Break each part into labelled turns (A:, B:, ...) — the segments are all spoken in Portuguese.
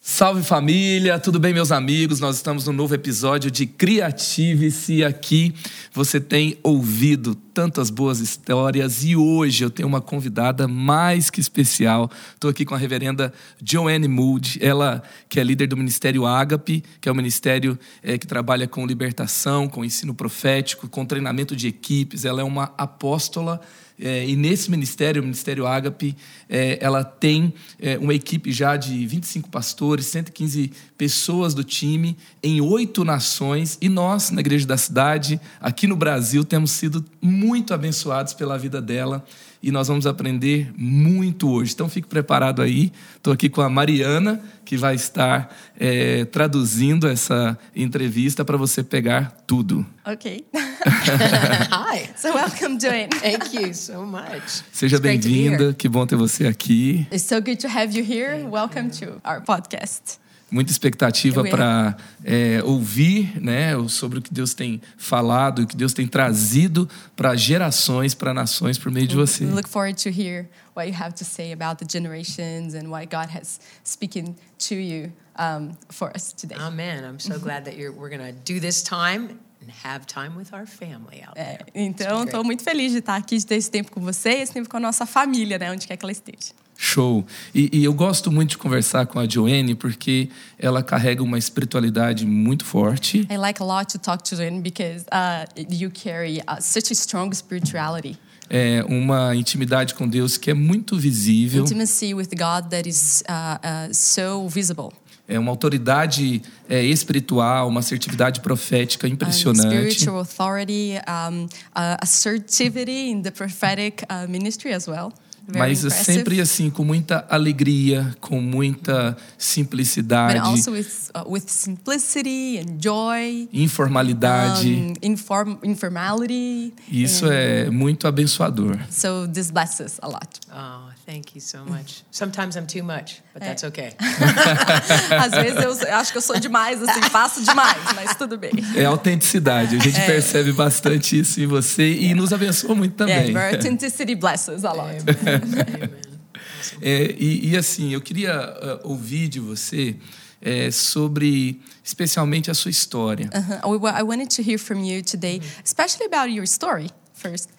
A: Salve família, tudo bem meus amigos? Nós estamos no novo episódio de Criative-se aqui. Você tem ouvido tantas boas histórias e hoje eu tenho uma convidada mais que especial. Estou aqui com a reverenda Joanne Mood, ela que é líder do Ministério Ágape, que é o um ministério é, que trabalha com libertação, com ensino profético, com treinamento de equipes. Ela é uma apóstola é, e nesse ministério, o Ministério Ágape, é, ela tem é, uma equipe já de 25 pastores, 115 pessoas do time, em oito nações. E nós, na Igreja da Cidade, aqui no Brasil, temos sido muito abençoados pela vida dela. E nós vamos aprender muito hoje. Então, fique preparado aí. Estou aqui com a Mariana, que vai estar é, traduzindo essa entrevista para você pegar tudo.
B: Ok.
C: Hi.
B: So welcome, Joanne.
C: Thank you so much.
A: Seja bem-vinda. Que bom ter você aqui.
B: It's so good to have you here. welcome to our podcast.
A: Muita expectativa para é, ouvir né, sobre o que Deus tem falado, o que Deus tem trazido para gerações, para nações por meio de você.
B: We look forward to hear what you have to say about the generations and what God has speaking to you um, for us today.
C: Amen. I'm so glad that you're, we're going to do this time and have time with our family out
B: É,
C: there.
B: então, estou muito feliz de estar aqui, de ter esse tempo com você e esse tempo com a nossa família, né? Onde quer que ela esteja.
A: Show. E, e eu gosto muito de conversar com a Joanne porque ela carrega uma espiritualidade muito forte.
B: I like a lot to talk to Joanne because uh, you carry uh, such a strong spirituality.
A: é, uma intimidade com Deus que é muito visível,
B: Intimacy with God that is uh, uh, so visible.
A: é uma autoridade é, espiritual, uma assertividade profética
B: And
A: impressionante.
B: Ah, um, Spiritual authority, um, uh, assertivity in the prophetic uh, ministry as well. Very
A: Mas é
B: impressive.
A: sempre assim, com muita alegria, com muita
B: But
A: simplicidade,
B: also with, uh, with simplicity and joy,
A: informalidade.
B: um, inform, informality.
A: Isso é muito abençoador.
B: So this blesses a lot.
C: Oh, thank you so much. Sometimes I'm too much, but that's
B: Eh.
C: okay.
B: Às vezes eu acho que eu sou demais, assim, faço demais, mas tudo bem.
A: É autenticidade. A gente percebe bastante isso em você e nos abençoa muito
B: Yeah,
A: também.
B: but authenticity blesses a lot.
C: Amen.
A: É, e, e, assim, eu queria ah, ouvir de você é, sobre, especialmente, a sua história.
B: Uh-huh. We- I wanted to hear from you today, especially about your story first.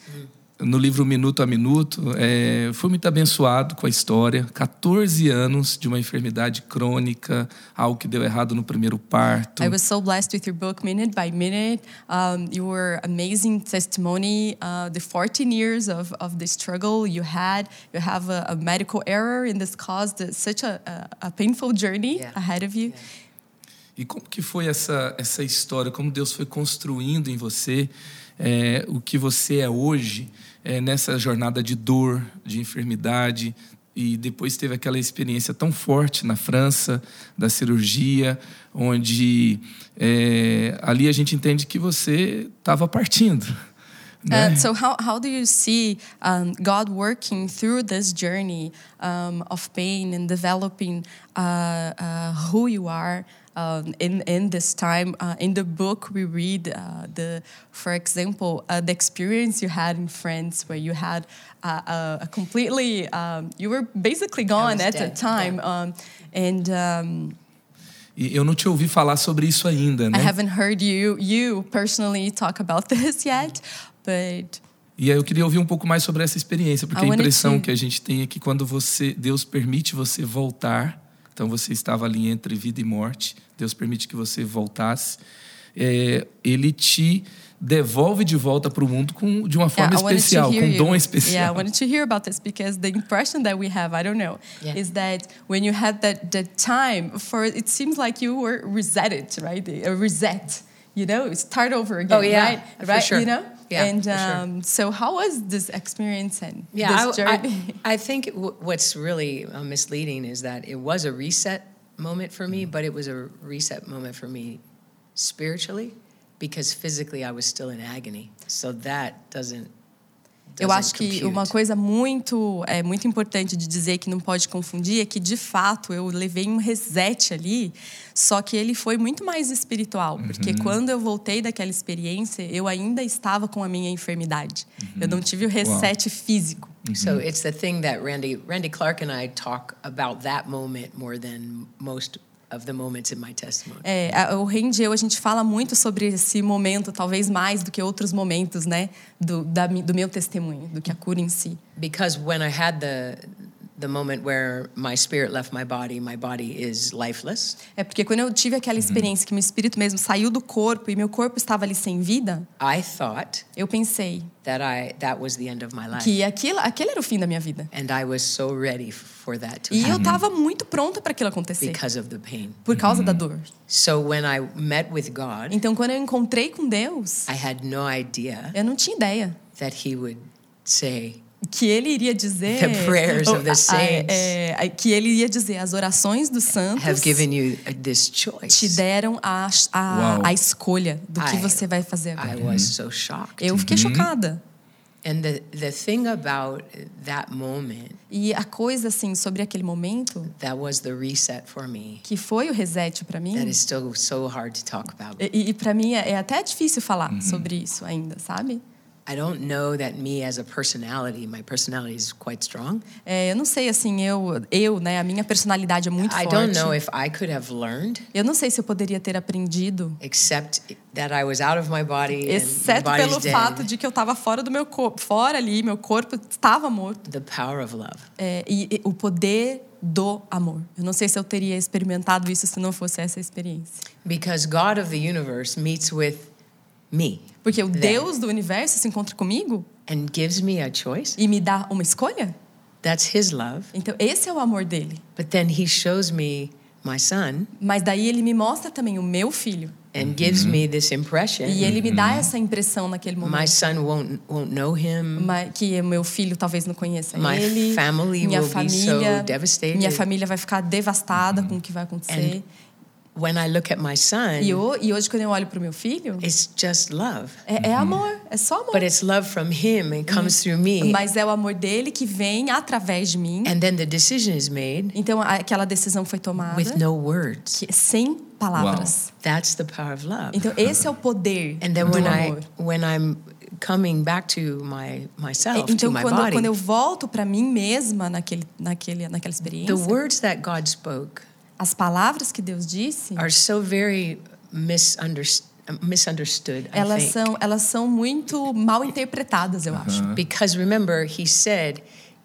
A: no livro Minuto a Minuto, é, fui muito abençoado com a história. 14 anos de uma enfermidade crônica, algo que deu errado no primeiro parto.
B: I was so blessed with your book, Minute by Minute. Um, your amazing testimony, uh, the 14 years of, of the struggle you had. You have a, a medical error, and this caused such a, a, a painful journey
C: Yeah.
B: ahead of you.
A: E como que foi essa, essa história? Como Deus foi construindo em você é, o que você é hoje é, nessa jornada de dor, de enfermidade? E depois teve aquela experiência tão forte na França, da cirurgia, onde é, ali a gente entende que você estava partindo. Né?
B: Uh, so how, how do you see um, God working through this journey um, of pain and developing uh, uh, who you are um, in in this time? Uh, in the book we read uh, the, for example, uh, the experience you had in France where you had uh, a, a completely um, you were basically gone
C: was
B: at the
C: dead,
B: time, um, and um,
A: E eu não te ouvi falar sobre isso ainda,
B: I
A: né?
B: haven't heard you you personally talk about this yet, but.
A: E aí eu queria ouvir um pouco mais sobre essa experiência, porque
B: I
A: a
B: wanted
A: impressão
B: to-
A: que a gente tem é que quando você Deus permite você voltar, então você estava ali entre vida e morte, Deus permite que você voltasse, é, ele te devolve de volta para o mundo com, de uma forma
B: I wanted to
A: especial,
B: hear
A: com um
B: you-
A: dom
B: Yeah, I
A: especial.
B: wanted to hear about this because the impression that we have, I don't know,
C: Yeah.
B: is that when you had that that time for it seems like you were resetted, right? A reset, you know, start over again,
C: Oh, yeah,
B: right?
C: for
B: right,
C: sure.
B: you know.
C: Yeah,
B: and
C: for sure.
B: um, so, how was this experience and
C: Yeah,
B: this
C: I,
B: journey?
C: I, I think w- what's really uh, misleading is that it was a reset moment for
B: Mm.
C: me, but it was a reset moment for me spiritually because physically I was still in agony. So that doesn't
B: Eu acho
C: doesn't
B: que
C: compute.
B: uma coisa muito é muito importante de dizer que não pode confundir é que de fato eu levei um reset ali, só que ele foi muito mais espiritual, porque quando eu voltei daquela experiência, eu ainda estava com a minha enfermidade. Eu não tive o reset físico.
C: So it's the thing that Randy Randy Clark and I talk about that moment more than most of the moments in my testimony.
B: É, a- o Randy e eu, a gente fala muito sobre esse momento, talvez mais do que outros momentos, né? Do, da mi- do meu testemunho, do que a cura em si.
C: Because when I had the the moment where my spirit left my body, my body is lifeless.
B: É porque quando eu tive aquela experiência que meu espírito mesmo saiu do corpo e meu corpo estava ali sem vida,
C: I thought
B: eu pensei
C: that I that was the end of my life.
B: que aquilo, aquele era o fim da minha vida.
C: And I was so ready for that to
B: E eu
C: happen
B: estava muito pronta para aquilo acontecer,
C: because of the pain.
B: por causa
C: Uhum.
B: da dor.
C: So when I met with God,
B: Então, quando eu encontrei com Deus,
C: I had no idea
B: eu não tinha ideia
C: that he would say,
B: que ele iria dizer
C: The prayers of the
B: Ah,
C: saints.
B: é, é, que ele iria dizer as orações dos santos
C: have given you uh, this choice.
B: te deram a,
A: Uau.
B: a, a escolha do que
C: I-
B: você vai fazer
C: I
B: agora.
C: was so shocked.
B: Eu fiquei chocada.
C: And the, the thing about that moment
B: E a coisa, assim, sobre aquele momento,
C: that was the reset for me
B: que foi o reset para mim,
C: that is still so hard to talk about.
B: e, e para mim é, é até difícil falar
C: Uhum.
B: sobre isso ainda, sabe?
C: I don't know that me as a personality, my personality is quite strong.
B: É, eu não sei, assim, eu, eu, né, a minha personalidade é muito
C: I
B: forte.
C: don't know if I could have learned,
B: Eu não sei se eu poderia ter aprendido,
C: except that I was out of my body and my
B: exceto
C: body's
B: pelo
C: dead,
B: fato de que eu estava fora do meu corpo, fora ali, meu corpo estava morto.
C: the power of love.
B: É, e, e o poder do amor. Eu não sei se eu teria experimentado isso se não fosse essa experiência.
C: Because God of the universe meets with me
B: Porque o
C: Né.
B: Deus do universo se encontra comigo
C: and gives me a choice.
B: e me dá uma escolha.
C: That's his love.
B: Então, esse é o amor dele.
C: But then he shows me my son
B: Mas daí ele me mostra também o meu filho.
C: and gives me this impression.
B: E ele me dá essa impressão naquele
C: My
B: momento.
C: son won't won't know him.
B: ma- que o meu filho talvez não conheça
C: Uhum. My
B: ele.
C: family
B: minha
C: will be
B: família,
C: so devastated. Uhum.
B: minha família vai ficar devastada com o que vai acontecer.
C: When I look at my son,
B: E, ho- e hoje quando eu olho pro meu filho,
C: it's just love.
B: é, é amor, é só amor.
C: But it's love from him. It comes through me.
B: Mas é o amor dele que vem através de mim.
C: And then the decision is made
B: Então a- aquela decisão foi tomada
C: with no words.
B: que- sem palavras.
C: That's the power of love.
B: Então esse é o poder
C: And then
B: do
C: when I
B: amor.
C: when I'm coming back to my
B: É,
C: myself, to
B: Então
C: my
B: quando, eu- quando eu
C: body,
B: volto para mim mesma naquele, naquele, naquela experiência,
C: the words that God spoke
B: as palavras que Deus disse,
C: are so very misunderst- misunderstood. I
B: elas
C: think.
B: são elas são muito mal interpretadas, eu acho.
C: Because remember, he said,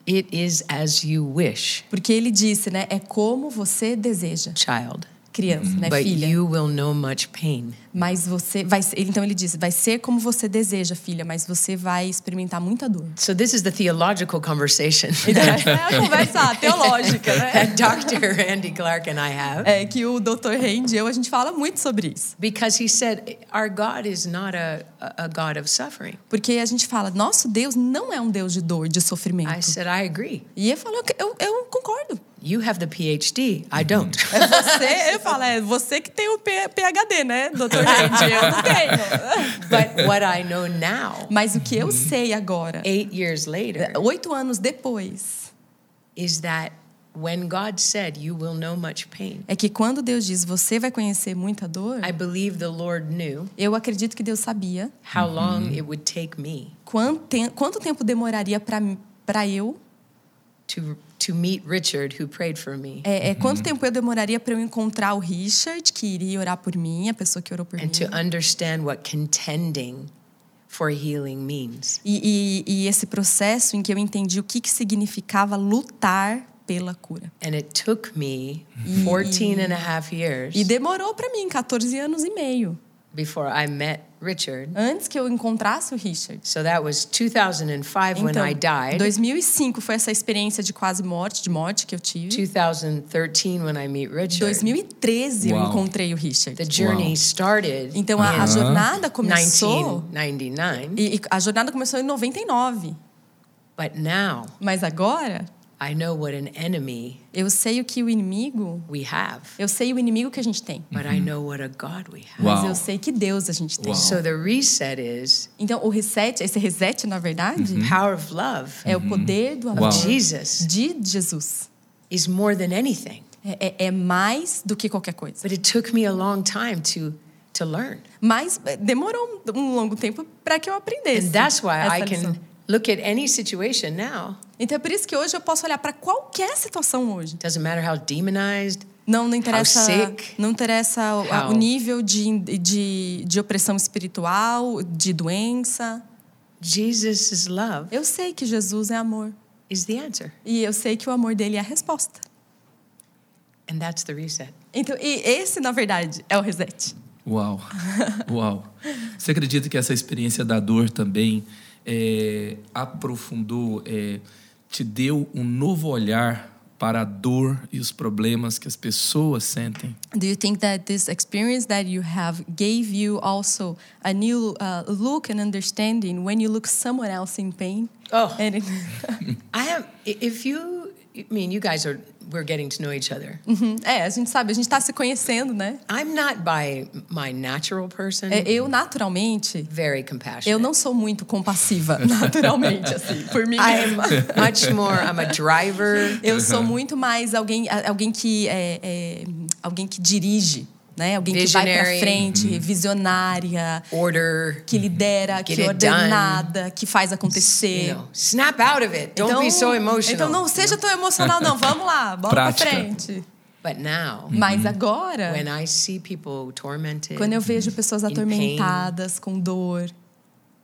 C: It is as you wish,
B: Porque ele disse, né, é como você deseja,
C: child,
B: criança, né,
C: but
B: filha.
C: you will know much pain.
B: Mas você vai ser- então ele disse, vai ser como você deseja, filha, mas você vai experimentar muita dor.
C: So, this is the theological conversation
B: É a conversa teológica, né?
C: that Dr. Randy Clark and I have.
B: É que o Dr. Randy e eu, a gente fala muito sobre isso.
C: Because he said, Our God is not a, a a God of suffering.
B: Porque a gente fala, nosso Deus não é um Deus de dor, de sofrimento.
C: I said, I agree.
B: E ele falou, eu, eu concordo.
C: You have the PhD, I don't.
B: É você, eu falo, é você que tem o P- PHD, né, Dr. Randy? Eu não tenho.
C: but what I know now,
B: Mas o que eu sei agora, é,
C: eight years later,
B: oito anos depois,
C: is that when God said, You will know much pain,
B: é que quando Deus diz, você vai conhecer muita dor,
C: I believe the Lord knew
B: eu acredito que Deus sabia
C: how long it would take me
B: quanto, tem- quanto tempo demoraria pra para eu
C: to to meet Richard, who prayed for me,
B: É, é, quanto tempo eu demoraria para eu encontrar o Richard, que iria orar por mim, a pessoa que orou por
C: and
B: mim?
C: to understand what contending for healing means.
B: E, e- e esse processo em que eu entendi o que, que significava lutar pela cura.
C: And it took me 14 and a half years
B: E demorou para mim 14 anos e meio
C: before I met Richard.
B: antes que eu encontrasse o Richard.
C: So that was 2005 when I
B: Então,
C: died.
B: 2005 foi essa experiência de quase morte, de morte que eu tive.
C: 2013 when I meet Richard.
B: 2013 eu
A: Uau.
B: encontrei o
C: The
B: Richard.
C: journey
A: Wow.
C: started
B: Então a, a jornada começou
C: 1999,
B: e, e a jornada começou em 99,
C: but now
B: mas agora
C: I I know what an enemy
B: Eu sei o que o inimigo,
C: we have,
B: eu sei o inimigo que a gente tem,
C: but I know what a God we have.
B: mas
A: Uau.
B: eu sei que Deus a gente tem.
A: Uau.
C: So the reset is
B: Então o reset, esse reset na verdade,
C: power of love
B: é o poder
C: Uhum.
B: do amor
A: Uau.
C: Jesus
B: de Jesus.
C: is more than anything.
B: É, é- é mais do que qualquer coisa.
C: But it took me a long time to to learn.
B: Mas eh, demorou um, um longo tempo para que eu aprendesse.
C: And that's why
B: essa
C: I
B: lição.
C: can look at any situation now.
B: Então é por isso que hoje eu posso olhar para qualquer situação hoje.
C: Doesn't matter how demonized,
B: Não, não interessa,
C: sick,
B: não interessa o, a- o
C: how-
B: nível de, de, de opressão espiritual, de doença.
C: Jesus' love
B: Eu sei que Jesus é amor.
C: is the answer.
B: E eu sei que o amor dele é a resposta.
C: And that's the reset.
B: Então, e esse, na verdade, é o reset.
A: Uau, uau. Você acredita que essa experiência da dor também é, aprofundou, é, te deu um novo olhar para a dor e os problemas que as pessoas sentem?
B: Do you think that this experience that you have gave you also a new uh, look and understanding when you look someone else in pain?
C: Oh.
B: And it-
C: I am i- if you I mean you guys are we're getting to know each other.
B: Uhum. é, a gente sabe, a gente está se conhecendo, né?
C: I'm not by my natural person
B: É, eu, naturalmente,
C: very
B: eu
C: compassionate.
B: não sou muito compassiva, naturalmente, assim, por mim
C: I'm
B: mesma.
C: much more I'm a driver.
B: Eu sou muito mais alguém, a- alguém que é, é, alguém que dirige, né? Alguém que vai
C: Visionary.
B: para frente, visionária,
C: Order.
B: que lidera, que
C: Get it done.
B: ordenada, que faz acontecer.
C: You know, snap out of it. Don't be so emotional.
B: Então não seja tão emocional, não. Vamos lá, bora
A: Prática.
B: pra frente.
C: But now,
B: Mas agora,
C: when I see people tormented,
B: quando eu vejo pessoas
C: In pain.
B: atormentadas com dor,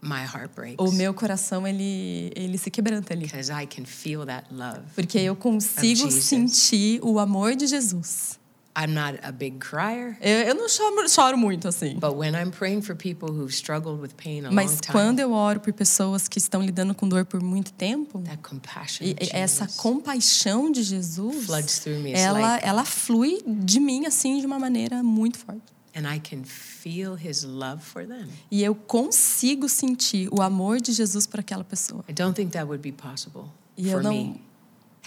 C: my heart breaks
B: o Oh, meu coração ele, ele se quebranta ali.
C: because I can feel that love.
B: Porque eu consigo
C: Jesus.
B: sentir o amor de Jesus.
C: I'm not a big crier,
B: Eu, eu não choro, choro muito assim.
C: but when I'm praying for people who've struggled with pain a long
B: Mas
C: time,
B: quando eu oro por pessoas que estão lidando com dor por muito tempo,
C: that compassion
B: e-
C: of
B: e essa
C: Tá, Jesus
B: compaixão de Jesus,
C: floods through me. It's
B: ela,
C: like-
B: ela flui de mim assim de uma maneira muito forte.
C: and I can feel His love for them.
B: E eu consigo sentir o amor de Jesus por aquela pessoa.
C: I don't think that would be possible
B: E eu
C: for
B: não-
C: me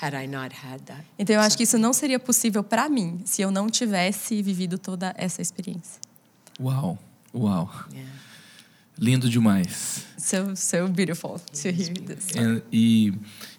C: had I not had that.
B: Então eu acho que isso não seria possível para mim se eu não tivesse vivido toda essa experiência.
A: Uau, uau.
C: Yeah.
A: Lindo demais.
B: So, so beautiful to hear this.
A: É, E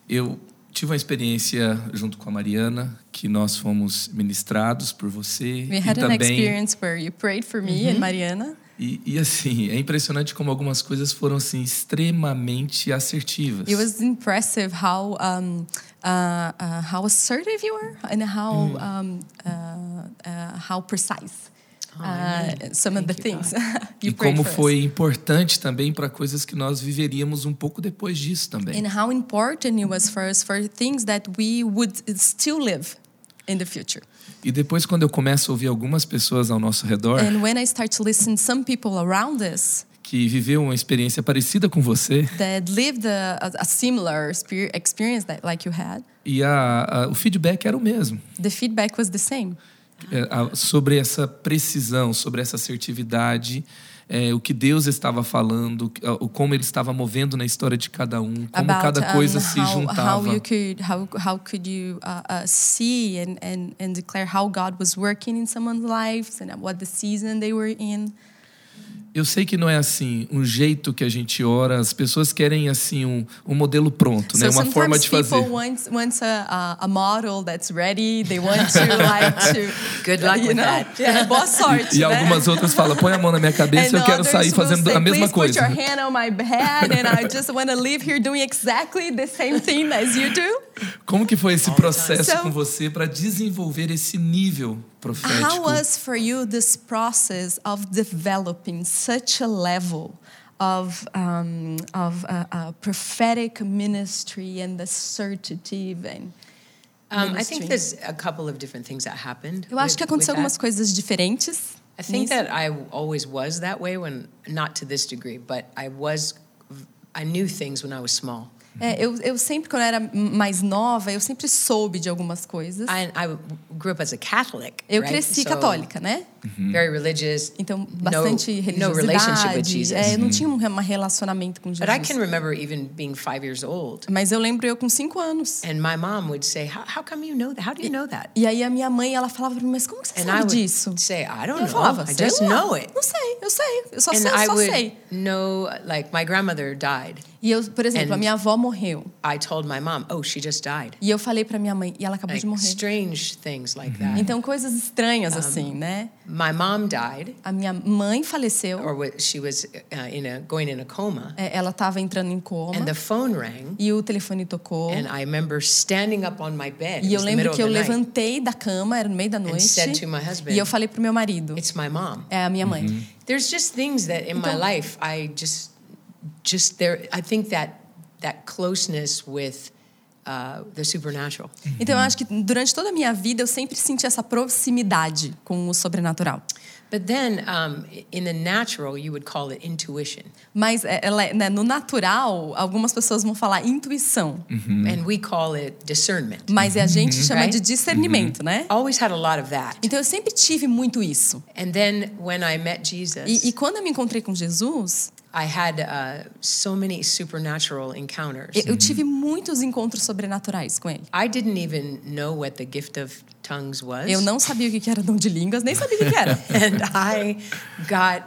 A: eu tive uma experiência junto com a Mariana, que nós fomos ministrados por você.
B: We
A: e
B: had an
A: também
B: experience where you prayed for me and Mariana.
A: E, e, assim, é impressionante como algumas coisas foram assim extremamente assertivas.
B: It was impressive how um, uh, uh, how assertive you were and how
C: Mm.
B: um, uh, uh, how precise uh, some of
C: Oh,
B: the
C: Thank you,
B: things
A: e
B: you prayed
A: como
B: for us.
A: foi importante também para coisas que nós viveríamos um pouco depois disso também.
B: and how important it was for us for things that we would still live in the future.
A: E depois quando eu começo a ouvir algumas pessoas ao nosso redor
B: And when I start to listen some people around us
A: que viveu uma experiência parecida com você
B: that lived a, a, a similar spe- experience that like you had,
A: e a, a- o feedback era o mesmo
B: the feedback was the same.
A: é, a- sobre essa precisão, sobre essa assertividade. é, o que Deus estava falando, é, o como Ele estava movendo na história de cada um, como
B: about
A: cada coisa
B: um,
A: se
B: how,
A: juntava.
B: How you could how how could you uh, uh, see and, and and declare how God was working in someone's lives and what the season they were in.
A: Eu sei que não é assim, um jeito que a gente ora, as pessoas querem assim um, um modelo pronto, né? Uma
B: sometimes
A: forma de
B: people
A: fazer.
B: want wants a, a a model that's ready. They want to like to
C: Good luck
B: you
C: with
B: know?
C: that.
B: Yeah, boa sorte.
A: E
B: né?
A: algumas outras falam, põe a mão na minha cabeça,
B: And
A: eu quero sair
B: others will
A: fazendo
B: say,
A: a mesma
B: "Please Put your
A: coisa.
B: hand on my head and I just want to leave here doing exactly the same thing as you do.
A: Como que foi esse processo
B: So-
A: com você para desenvolver esse nível
B: How
A: profético?
B: was for you this process of developing such a level of, um, of uh, uh, prophetic ministry and assertive? And
C: Um, I
B: Ministry.
C: think there's a couple of different things that happened.
B: Eu acho
C: with-
B: que
C: with
B: aconteceu algumas
C: that.
B: coisas diferentes.
C: I think
B: nisso.
C: that I always was that way when not to this degree, but I was I knew things when I was small.
B: É, eu, eu sempre, quando eu era mais nova, eu sempre soube de algumas coisas.
C: I, I grew up as a Catholic.
B: Eu
C: right?
B: cresci
C: So,
B: católica, né?
C: Very religious.
B: Então,
C: no-
B: bastante
C: no, relationship with
B: religiosidade.
C: Jesus.
B: É, eu não tinha um re- uma relacionamento com Jesus.
C: But I can remember even being five years old,
B: Mas eu lembro eu com cinco anos.
C: and my mom would say, "How, how come you know that? How do you know that?"
B: E aí a minha mãe, ela falava pra mim, mas como que você
C: And I
B: sabe
C: would
B: disso?
C: say, "I
B: Eu
C: don't know.
B: falava,
C: I
B: sei
C: just
B: lá.
C: know it."
B: Não sei, eu sei. Eu só,
C: And
B: sei,
C: I
B: só
C: would
B: sei.
C: know, like my grandmother died.
B: E eu, por exemplo, a
C: And-
B: minha avó morreu.
C: I told my mom, "Oh, she just died."
B: E eu falei pra minha mãe, e ela acabou
C: Like
B: de morrer.
C: strange things like that.
B: Então, coisas
C: Um.
B: estranhas assim, né?
C: My mom died,
B: A minha mãe faleceu,
C: or wa- she was uh, in a going in a coma,
B: é, ela tava entrando em coma,
C: and the phone rang,
B: e o telefone tocou.
C: and I remember standing up on my bed. It
B: E eu
C: was the
B: lembro
C: middle
B: que eu
C: of the night.
B: levantei da cama, era no meio da noite.
C: said to my husband,
B: E eu falei pro meu marido,
C: It's Mm-hmm. my mom.
B: é a minha mãe.
C: There's just things that in my
B: Então-
C: life I just just there. I think that that closeness with uh, the supernatural.
B: Então eu
C: Mm-hmm.
B: acho que durante toda a minha vida eu sempre senti essa proximidade com o sobrenatural.
C: But then um, in the natural, you would call it intuition,
B: Mas é- ela, é- né, no natural, algumas pessoas vão falar intuição,
C: and we call it discernment.
B: mas é a gente chama
C: Right?
B: de discernimento, né?
C: Always had a lot of that.
B: Então eu sempre tive muito isso.
C: And then when I met Jesus,
B: E, e quando eu me encontrei com Jesus,
C: I had uh, so many supernatural encounters.
B: eu, eu tive muitos encontros sobrenaturais com ele.
C: I didn't even know what the gift of tongues was.
B: Eu não sabia o que que era dom de línguas, nem sabia o que que era.
C: and I got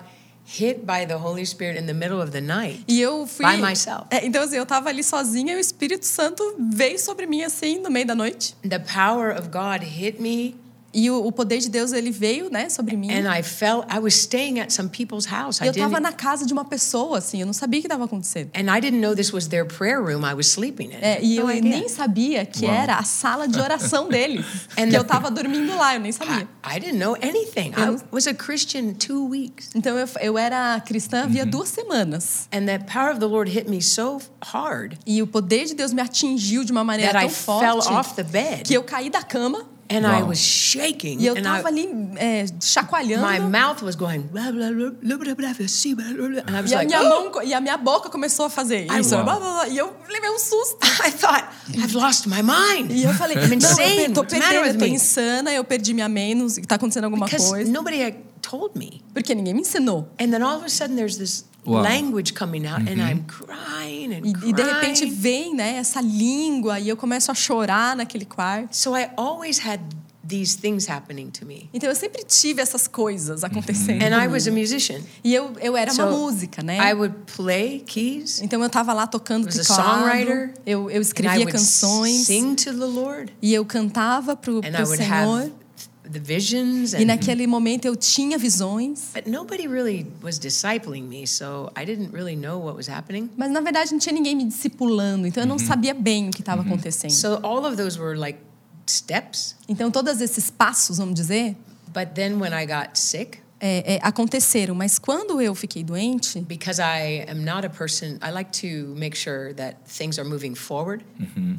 C: hit by the Holy Spirit in the middle of the night.
B: E eu fui.
C: By myself.
B: É, então, assim, eu tava ali sozinha e o Espírito Santo veio sobre mim, assim, no meio da noite.
C: The power of God hit me,
B: E o, o poder de Deus, ele veio, né, sobre mim.
C: and I felt I was staying at some people's house.
B: E
C: I
B: eu tava
C: didn't,
B: na casa de uma pessoa, assim, eu não sabia o que tava acontecendo.
C: and I didn't know this was their prayer room I was sleeping in.
B: É, e
C: No
B: eu
C: idea.
B: nem sabia que
A: Uau.
B: era a sala de oração deles.
C: É,
B: e
C: não.
B: eu tava dormindo lá, eu nem sabia.
C: I, I didn't know anything. I
B: Eu-
C: was a Christian two weeks,
B: Então eu, eu era cristã havia
C: Uhum.
B: duas semanas.
C: and that power of the Lord hit me so hard
B: E o poder de Deus me atingiu de uma maneira
C: that I
B: tão
C: fell off
B: forte
C: the bed,
B: que eu caí da cama
C: and I
A: Wow.
C: was shaking,
B: e eu
C: and
B: tava
C: I,
B: ali é, chacoalhando.
C: my mouth was going blah blah blah blah blah blah, blah, blah, blah, blah, and I was
B: E a,
C: like,
B: minha
C: "Oh!"
B: mão, co- e a minha boca começou a fazer isso.
A: Uau.
B: blá, blá, blá, e eu levei um susto.
C: I thought, I've lost my mind.
B: E eu falei,
C: I'm
B: não,
C: insane.
B: eu pe- tô
C: What's the matter
B: perdendo, eu
C: with
B: tô
C: me?
B: insana, eu perdi minha menos, tá acontecendo alguma
C: Because
B: coisa.
C: nobody had told me.
B: Porque ninguém me ensinou.
C: And then all of a sudden there's this
A: Wow.
C: language coming out and I'm crying and
B: E,
C: crying.
B: e de repente vem, né, essa língua e eu começo a chorar naquele quarto.
C: so I always had these things happening to me.
B: Então eu sempre tive essas coisas acontecendo.
C: And I
B: comigo.
C: was a musician.
B: E eu, eu era uma
C: So
B: música, né?
C: I would play keys
B: Então eu tava lá tocando
C: was a
B: teclado,
C: songwriter,
B: eu, eu
C: and I
B: escrevia
C: would
B: canções
C: sing to the Lord
B: e eu cantava pro,
C: and I
B: pro
C: would
B: Senhor.
C: have the visions
B: E
C: and
B: naquele momento eu tinha visões,
C: but nobody really was discipling me, so I didn't really know what was happening.
B: mas na verdade não tinha ninguém me discipulando, então eu não sabia bem o que estava acontecendo.
C: Uhum. So all of those were like steps.
B: Então todos esses passos, vamos dizer,
C: But then when I got sick,
B: é, é, aconteceram. Mas quando eu fiquei doente,
C: because I am not a person, I like to make sure that things are moving forward.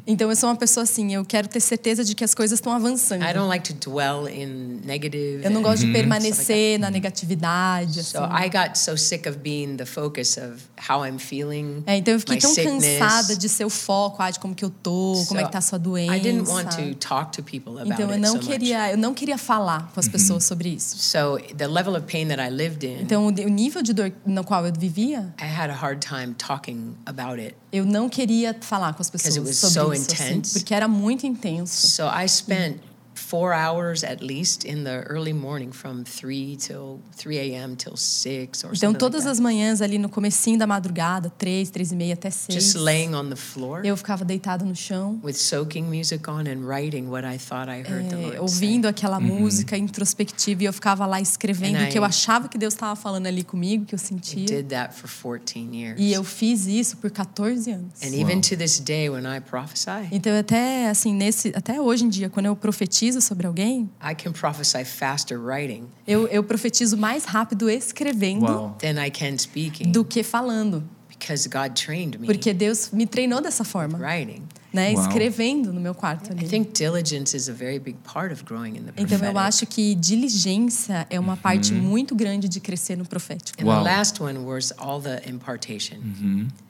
B: então eu sou uma pessoa assim, eu quero ter certeza de que as coisas estão avançando.
C: I don't like to dwell in negative.
B: Eu não
C: and
B: gosto de
C: stuff like
B: permanecer na negatividade.
C: that.
B: Assim.
C: So I got so sick of being the focus of how I'm feeling.
B: É, então eu fiquei
C: my
B: tão
C: sickness.
B: cansada de ser o foco, ah, de como que eu tô, como é que tá a sua doença.
C: I didn't want to talk to people about
B: Então eu
C: it
B: não
C: so much. Uhum.
B: queria, eu não queria falar com as pessoas sobre isso.
C: So the level of pain that I lived in,
B: Então o de- o nível de dor no qual eu vivia,
C: I had a hard time talking about it.
B: eu não queria falar com as pessoas
C: 'Cause it
B: sobre
C: was so
B: isso, assim,
C: intense.
B: porque era muito intenso.
C: So I spent four hours at least in the early morning from 3 till 3 a.m. till 6 or
B: Então
C: something like
B: todas
C: that.
B: as manhãs ali no comecinho da madrugada, três, três e meia até seis,
C: just laying on the floor
B: eu ficava deitado no chão,
C: with soaking music on and writing what I thought I heard the
B: é,
C: Lord say.
B: ouvindo aquela música introspectiva e eu ficava lá escrevendo
C: Uhum. And
B: o que eu
C: I-
B: achava que Deus estava falando ali comigo, que
C: I
B: eu sentia.
C: did that for 14 years.
B: E eu fiz isso por 14 anos.
C: and even to this day when I prophesy,
B: Então até assim nesse até hoje em dia quando eu profetizo sobre alguém,
C: I can prophesy faster writing
B: eu, eu profetizo mais rápido escrevendo
A: Uau.
C: than I can speaking
B: do que falando,
C: because God trained me
B: porque Deus me treinou dessa forma.
C: writing.
B: né,
A: Uau.
B: escrevendo no meu quarto
C: I
B: ali.
C: think diligence is a very big part of growing in the
B: Então eu
C: prophetic. Uhum.
B: acho que diligência é uma parte muito grande de crescer no profético.
C: And
A: Wow.
C: the last one was all the impartation.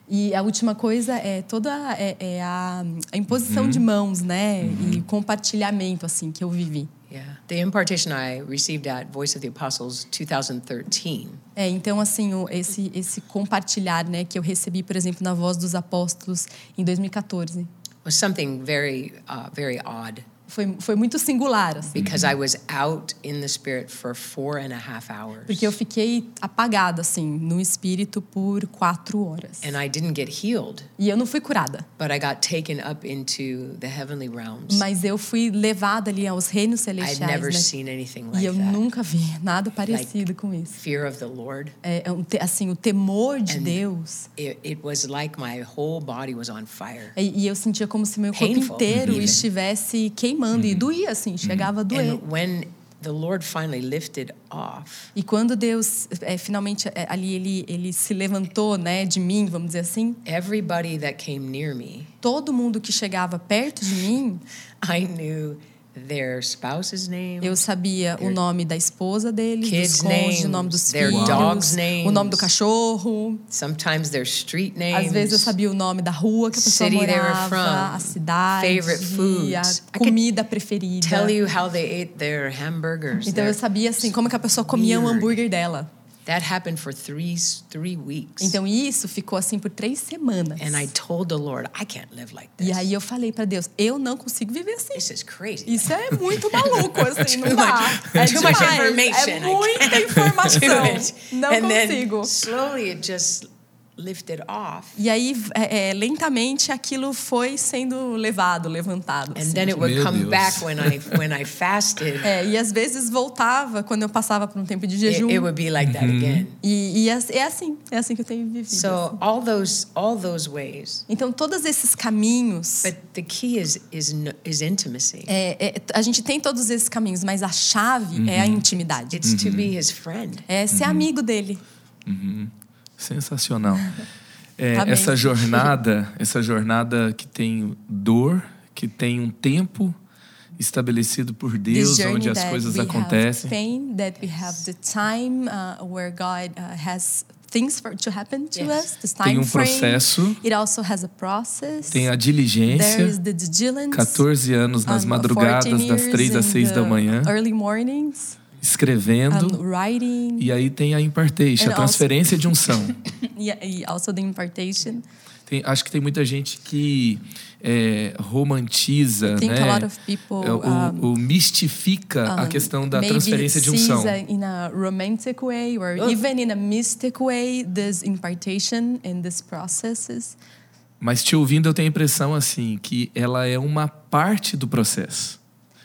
B: E a última coisa é toda é, é a, a imposição
C: Uhum.
B: de mãos, né, e compartilhamento assim que eu vivi.
C: Yeah. The impartation I received at Voice of the Apostles 2013.
B: É, então assim, o- esse esse compartilhar, né, que eu recebi, por exemplo, na Voz dos Apóstolos em 2014.
C: was something very, uh, very odd
B: Foi, foi muito singular, assim,
C: because I was out in the spirit for four and a half hours.
B: porque eu fiquei apagada assim no espírito por quatro horas.
C: and I didn't get healed,
B: E eu não fui curada,
C: but I got taken up into the heavenly realms.
B: mas eu fui levada ali aos reinos
C: I'd
B: celestiais.
C: never
B: né?
C: seen anything
B: E
C: like
B: eu
C: that.
B: nunca vi nada parecido com isso.
C: Fear of the Lord.
B: É, é um te- assim, o temor de
C: And-
B: Deus.
C: It, it was like my whole body was on fire.
B: E, e eu sentia como se meu corpo
C: Painful,
B: inteiro
C: even. Mm-hmm.
B: estivesse queimando. E doía, assim, chegava a doer.
C: And when the Lord finally lifted off,
B: E quando Deus, é, finalmente, é, ali ele, ele se levantou né, de mim, vamos dizer assim,
C: everybody that came near me,
B: todo mundo que chegava perto de mim,
C: I knew their spouse's name.
B: eu sabia o nome da esposa dele,
C: Kids'
B: dos cônjuges, o nome
C: names,
B: dos
C: their
B: filhos,
C: dogs'
B: o nome
C: names.
B: do cachorro.
C: Sometimes their street names.
B: Às vezes eu sabia o nome da rua que a pessoa
C: City they were
B: morava,
C: from,
B: a cidade,
C: favorite foods. I
B: a
C: could
B: comida preferida.
C: tell you how they ate their hamburgers.
B: Então eu
C: Their-
B: sabia assim como que a pessoa comia o
C: weird.
B: hambúrguer dela.
C: that happened for three three weeks.
B: Então isso ficou assim por três semanas.
C: and I told the Lord, I can't live like this.
B: E aí eu falei pra Deus, eu não consigo viver assim.
C: This is crazy.
B: Isso é muito maluco, assim, não
C: Too
B: dá.
C: much-
B: é
C: too much
B: demais,
C: information. I
B: É muita informação.
C: Do it.
B: Não
C: and
B: consigo.
C: then slowly it just lifted off.
B: E aí, é, é, lentamente, aquilo foi sendo levado, levantado.
C: And
B: assim.
C: then it would
A: Meu
C: come
A: Deus.
C: back when I when I fasted.
B: É, e às vezes voltava quando eu passava por um tempo de
C: It,
B: jejum.
C: it would be like that again.
B: E, e as- é assim, é assim que eu tenho vivido.
C: So all those all those ways.
B: então, todos esses caminhos.
C: But the key is is kn- is intimacy.
B: é, é, a gente tem todos esses caminhos, mas a chave é a intimidade.
C: It's to be his friend.
B: É ser amigo dele.
A: Sensacional. É,
B: Amém.
A: essa jornada, essa jornada que tem dor, que tem um tempo estabelecido por Deus,
B: This
A: onde
B: journey
A: as
B: that
A: coisas
B: we have
A: acontecem.
B: pain, that we have the time uh, where God uh, has things for, to happen to
C: Yes.
B: us, this
A: Tem
B: time
A: um
B: frame.
A: processo.
B: It also has a process.
A: Tem a
B: There is
A: diligência,
B: the diligence.
A: 14 anos nas
B: um,
A: madrugadas
B: 14
A: das
B: years
A: 3 às
B: in
A: 6 da
B: the
A: manhã,
B: Early mornings,
A: escrevendo.
B: um, writing,
A: E aí tem a impartation,
B: And
A: a
B: also-
A: transferência de unção.
B: yeah, e also the impartation.
A: Tem- acho que tem muita gente que é, romantiza,
B: I think
A: né?
B: a lot of people, um,
A: é, o, o mistifica a questão da
B: Maybe
A: transferência
B: it
A: de unção.
B: sees a- in a romantic way or even in a mystic way this impartation and these processes.
A: Mas te ouvindo, eu tenho a impressão assim que ela é uma parte do processo.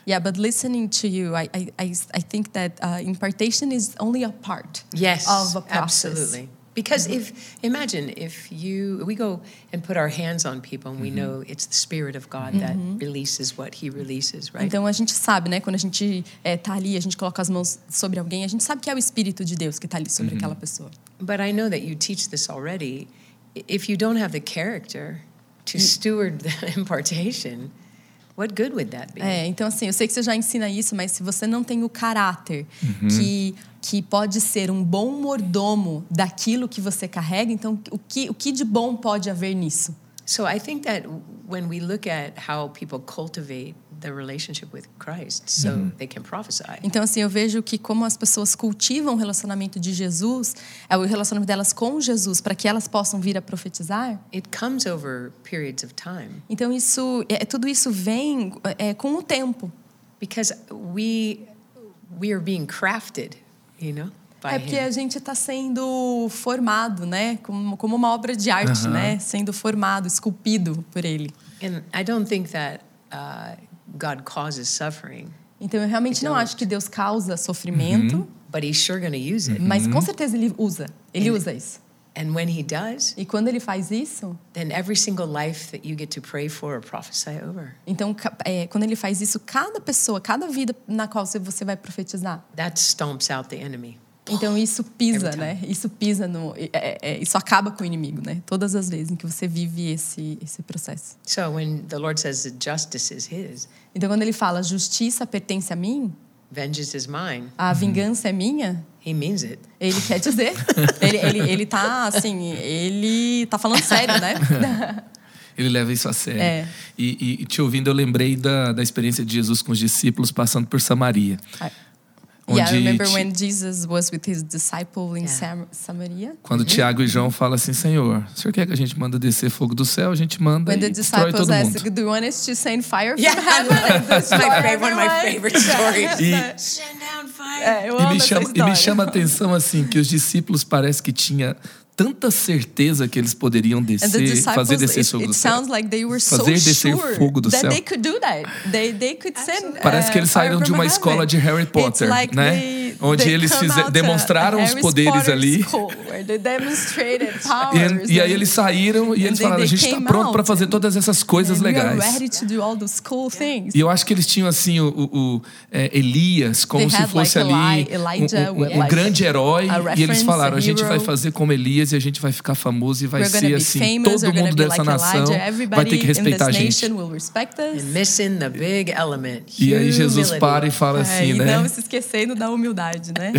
B: Yeah, but listening to you, I I, I, I think that uh, impartation is only a part
C: Yes,
B: of a process.
C: absolutely. Mm-hmm. Because if imagine if you we go and put our hands on people and we know it's the spirit of God that releases what He releases, right?
B: Então a gente sabe, né? Quando a gente é, tá ali, a gente coloca as mãos sobre alguém, a gente sabe que é o Espírito de Deus que tá ali
C: Uhum.
B: sobre aquela pessoa.
C: But I know that you teach this already. I- If you don't have the character to steward the impartation, what good would that be?
B: É, então assim, eu sei que você já ensina isso, mas se você não tem o caráter
C: Uhum.
B: que, que pode ser um bom mordomo daquilo que você carrega, então o que, o que de bom pode haver nisso?
C: So I think that w- when we look at how people cultivate the relationship with Christ, so they can prophesy.
B: Então assim, eu vejo que como as pessoas cultivam o relacionamento de Jesus, é o relacionamento delas com Jesus, para que elas possam vir a profetizar,
C: It comes over periods of time.
B: então isso, é, tudo isso vem é, com o tempo.
C: because we we are being crafted, you know, by
B: É porque
C: him.
B: a gente está sendo formado, né? Como, como uma obra de arte, né? Sendo formado, esculpido por ele.
C: And I don't think that uh, God causes suffering,
B: Então eu realmente não
C: Então-
B: acho que Deus causa sofrimento,
C: but He's sure going to use it.
B: mas com certeza ele usa. Ele usa isso.
C: And when He does,
B: E quando ele faz isso,
C: then every single life that you get to pray for or prophesy over,
B: então ca- é, quando ele faz isso, cada pessoa, cada vida na qual você- você vai profetizar,
C: that stomps out the enemy.
B: Então isso
C: é
B: pisa,
C: Every time.
B: né? Isso pisa no, é- é- isso acaba com o inimigo, né? Todas as vezes em que você vive esse esse processo.
C: So when the Lord says that justice is his,
B: Então quando ele fala justiça pertence a mim,
C: vengeance is mine,
B: a vingança é minha,
C: he means it.
B: ele quer dizer, ele ele ele tá assim, ele tá falando sério, né?
A: Ele leva isso a sério.
B: É.
A: E, e- e te ouvindo, eu lembrei da, da experiência de Jesus com os discípulos passando por Samaria.
B: I-
A: Onde
B: yeah, I remember
A: ti-
B: when Jesus was with his disciple in
C: Yeah.
B: Sam- Samaria.
A: Quando Tiago e João falam assim, Senhor, o senhor quer que a gente manda descer fogo do céu? A gente manda
B: When the
A: e destrói
B: disciples
A: todo mundo.
B: asked, "Do you want us to send fire from
C: Yeah.
B: heaven?"
C: That's my favorite, one of my favorite
B: everyone."
C: stories.
A: E-
C: Send down fire.
B: É,
A: E
B: eu amo
A: me,
B: essa
A: chama, e
B: história.
A: me chama a atenção assim que os discípulos parece que tinha tanta certeza que eles poderiam
B: And the
A: descer,
B: disciples,
A: fazer descer
B: it,
A: fogo
B: it
A: do céu.
B: sounds like they were
A: Fazer
B: so
A: descer
B: sure
A: fogo do
B: that
A: céu.
B: they could do that. They, they could send,
A: Parece
B: uh,
A: que eles saíram
B: fire
A: de
B: from
A: uma
B: heaven.
A: escola de Harry
B: It's
A: Potter,
B: like
A: né?
B: they-
A: Onde
B: they
A: eles
B: come
A: fize-
B: out a-
A: demonstraram
B: a
A: os
B: Harry
A: poderes
B: Potter
A: ali.
B: school, where they demonstrated powers
A: E, e aí
B: and-
A: eles saíram e eles
B: they-
A: falaram: a
B: they
A: gente está
B: came
A: pronto para
B: out
A: fazer todas essas coisas
B: and we are
A: legais.
B: ready to do all those cool things.
A: E eu acho que eles tinham assim o, o- o, é, Elias como
B: They
A: se
B: had,
A: fosse
B: like,
A: ali
B: Eli- Elijah
A: um, um- um
B: with, like,
A: grande herói.
B: a
A: E eles
B: reference,
A: falaram: a
B: a
A: gente vai
B: hero.
A: fazer como Elias e a gente vai ficar famoso e vai
B: We're gonna
A: ser
B: be
A: assim.
B: famous,
A: todo
B: we're gonna
A: mundo
B: be
A: dessa
B: like
A: nação
B: Elijah,
A: vai ter
B: everybody
A: que
B: in
A: respeitar a
B: this
A: gente.
B: nation will respect us.
C: And missing the big element.
A: E aí Jesus
C: humility.
A: para e fala
B: É,
A: assim,
B: e
A: né? É.
B: não se esquecendo da humildade, né?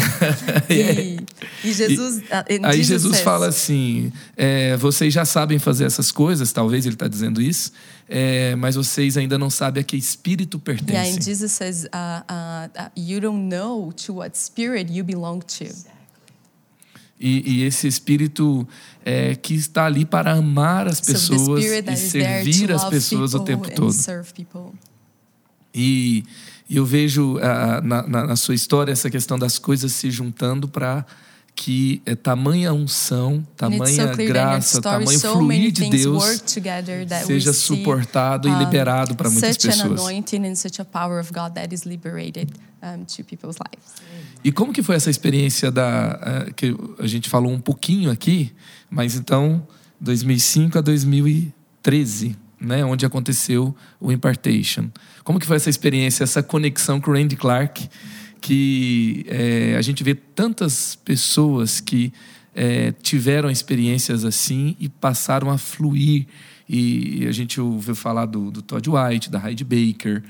B: e, e Jesus. ah, and
A: Aí Jesus
B: says,
A: fala assim: é, vocês já sabem fazer essas coisas, talvez ele está dizendo isso, é, mas vocês ainda não sabem a que espírito
B: Yeah, and
A: pertence.
B: Jesus says, uh, uh, uh, you don't know to what spirit you belong to.
A: E, e esse espírito é, que está ali para amar as
B: so the
A: pessoas
B: spirit that
A: e
B: is there to
A: servir as
B: love
A: pessoas o
B: people
A: tempo
B: and
A: todo.
B: serve people.
A: E, e eu vejo ah, na, na- na sua história essa questão das coisas se juntando para que é, tamanha unção,
B: And it's so
A: tamanha
B: clear that in your
A: graça,
B: story,
A: tamanho
B: so many
A: fluir de
B: things
A: Deus
B: work together that we
A: seja
B: see,
A: suportado e
B: um,
A: liberado para muitas
B: such an
A: pessoas.
B: anointing and such a power of God that is liberated um, to people's lives.
A: E como que foi essa experiência da eh, que a gente falou um pouquinho aqui, mas então 2005 a 2013, né, onde aconteceu o Impartation. Como que foi essa experiência, essa conexão com o Randy Clark, que eh, a gente vê tantas pessoas que eh, tiveram experiências assim e passaram a fluir. E a gente ouviu falar do, do Todd White, da Heidi Baker.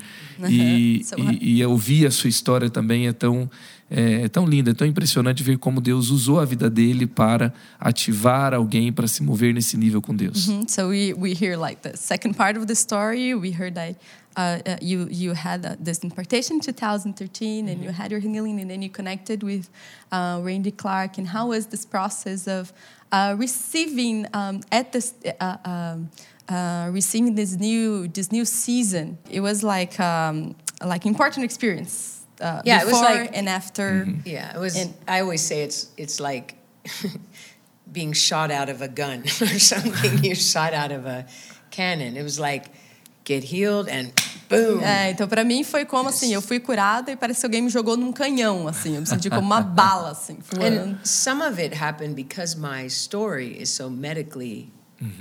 A: E,
B: So
A: e- e eu vi a sua história também é tão é, é tão linda, é tão impressionante ver como Deus usou a vida dele para ativar alguém para se mover nesse nível com Deus.
B: Mhm. So we, we hear like the second part of the story. We heard that uh, uh, you you had uh, this impartation 2013, and
C: Mm-hmm.
B: you had your healing, and then you connected with uh, Randy Clark. And how was this process of uh, receiving um, at this? Uh, um, uh, receiving this new this new season, it was like um, like important experience. Uh,
C: Yeah, it was
B: before
C: like- Mm-hmm.
B: and after.
C: Yeah, it was.
B: And-
C: I always say it's it's like being shot out of a gun or something. You're shot out of a cannon. It was like get healed and boom.
B: É, então pra mim foi como assim, eu fui curada e parece que alguém me jogou num canhão, assim, eu me senti como uma bala, assim, voando.
C: and some of it happened because my story is so medically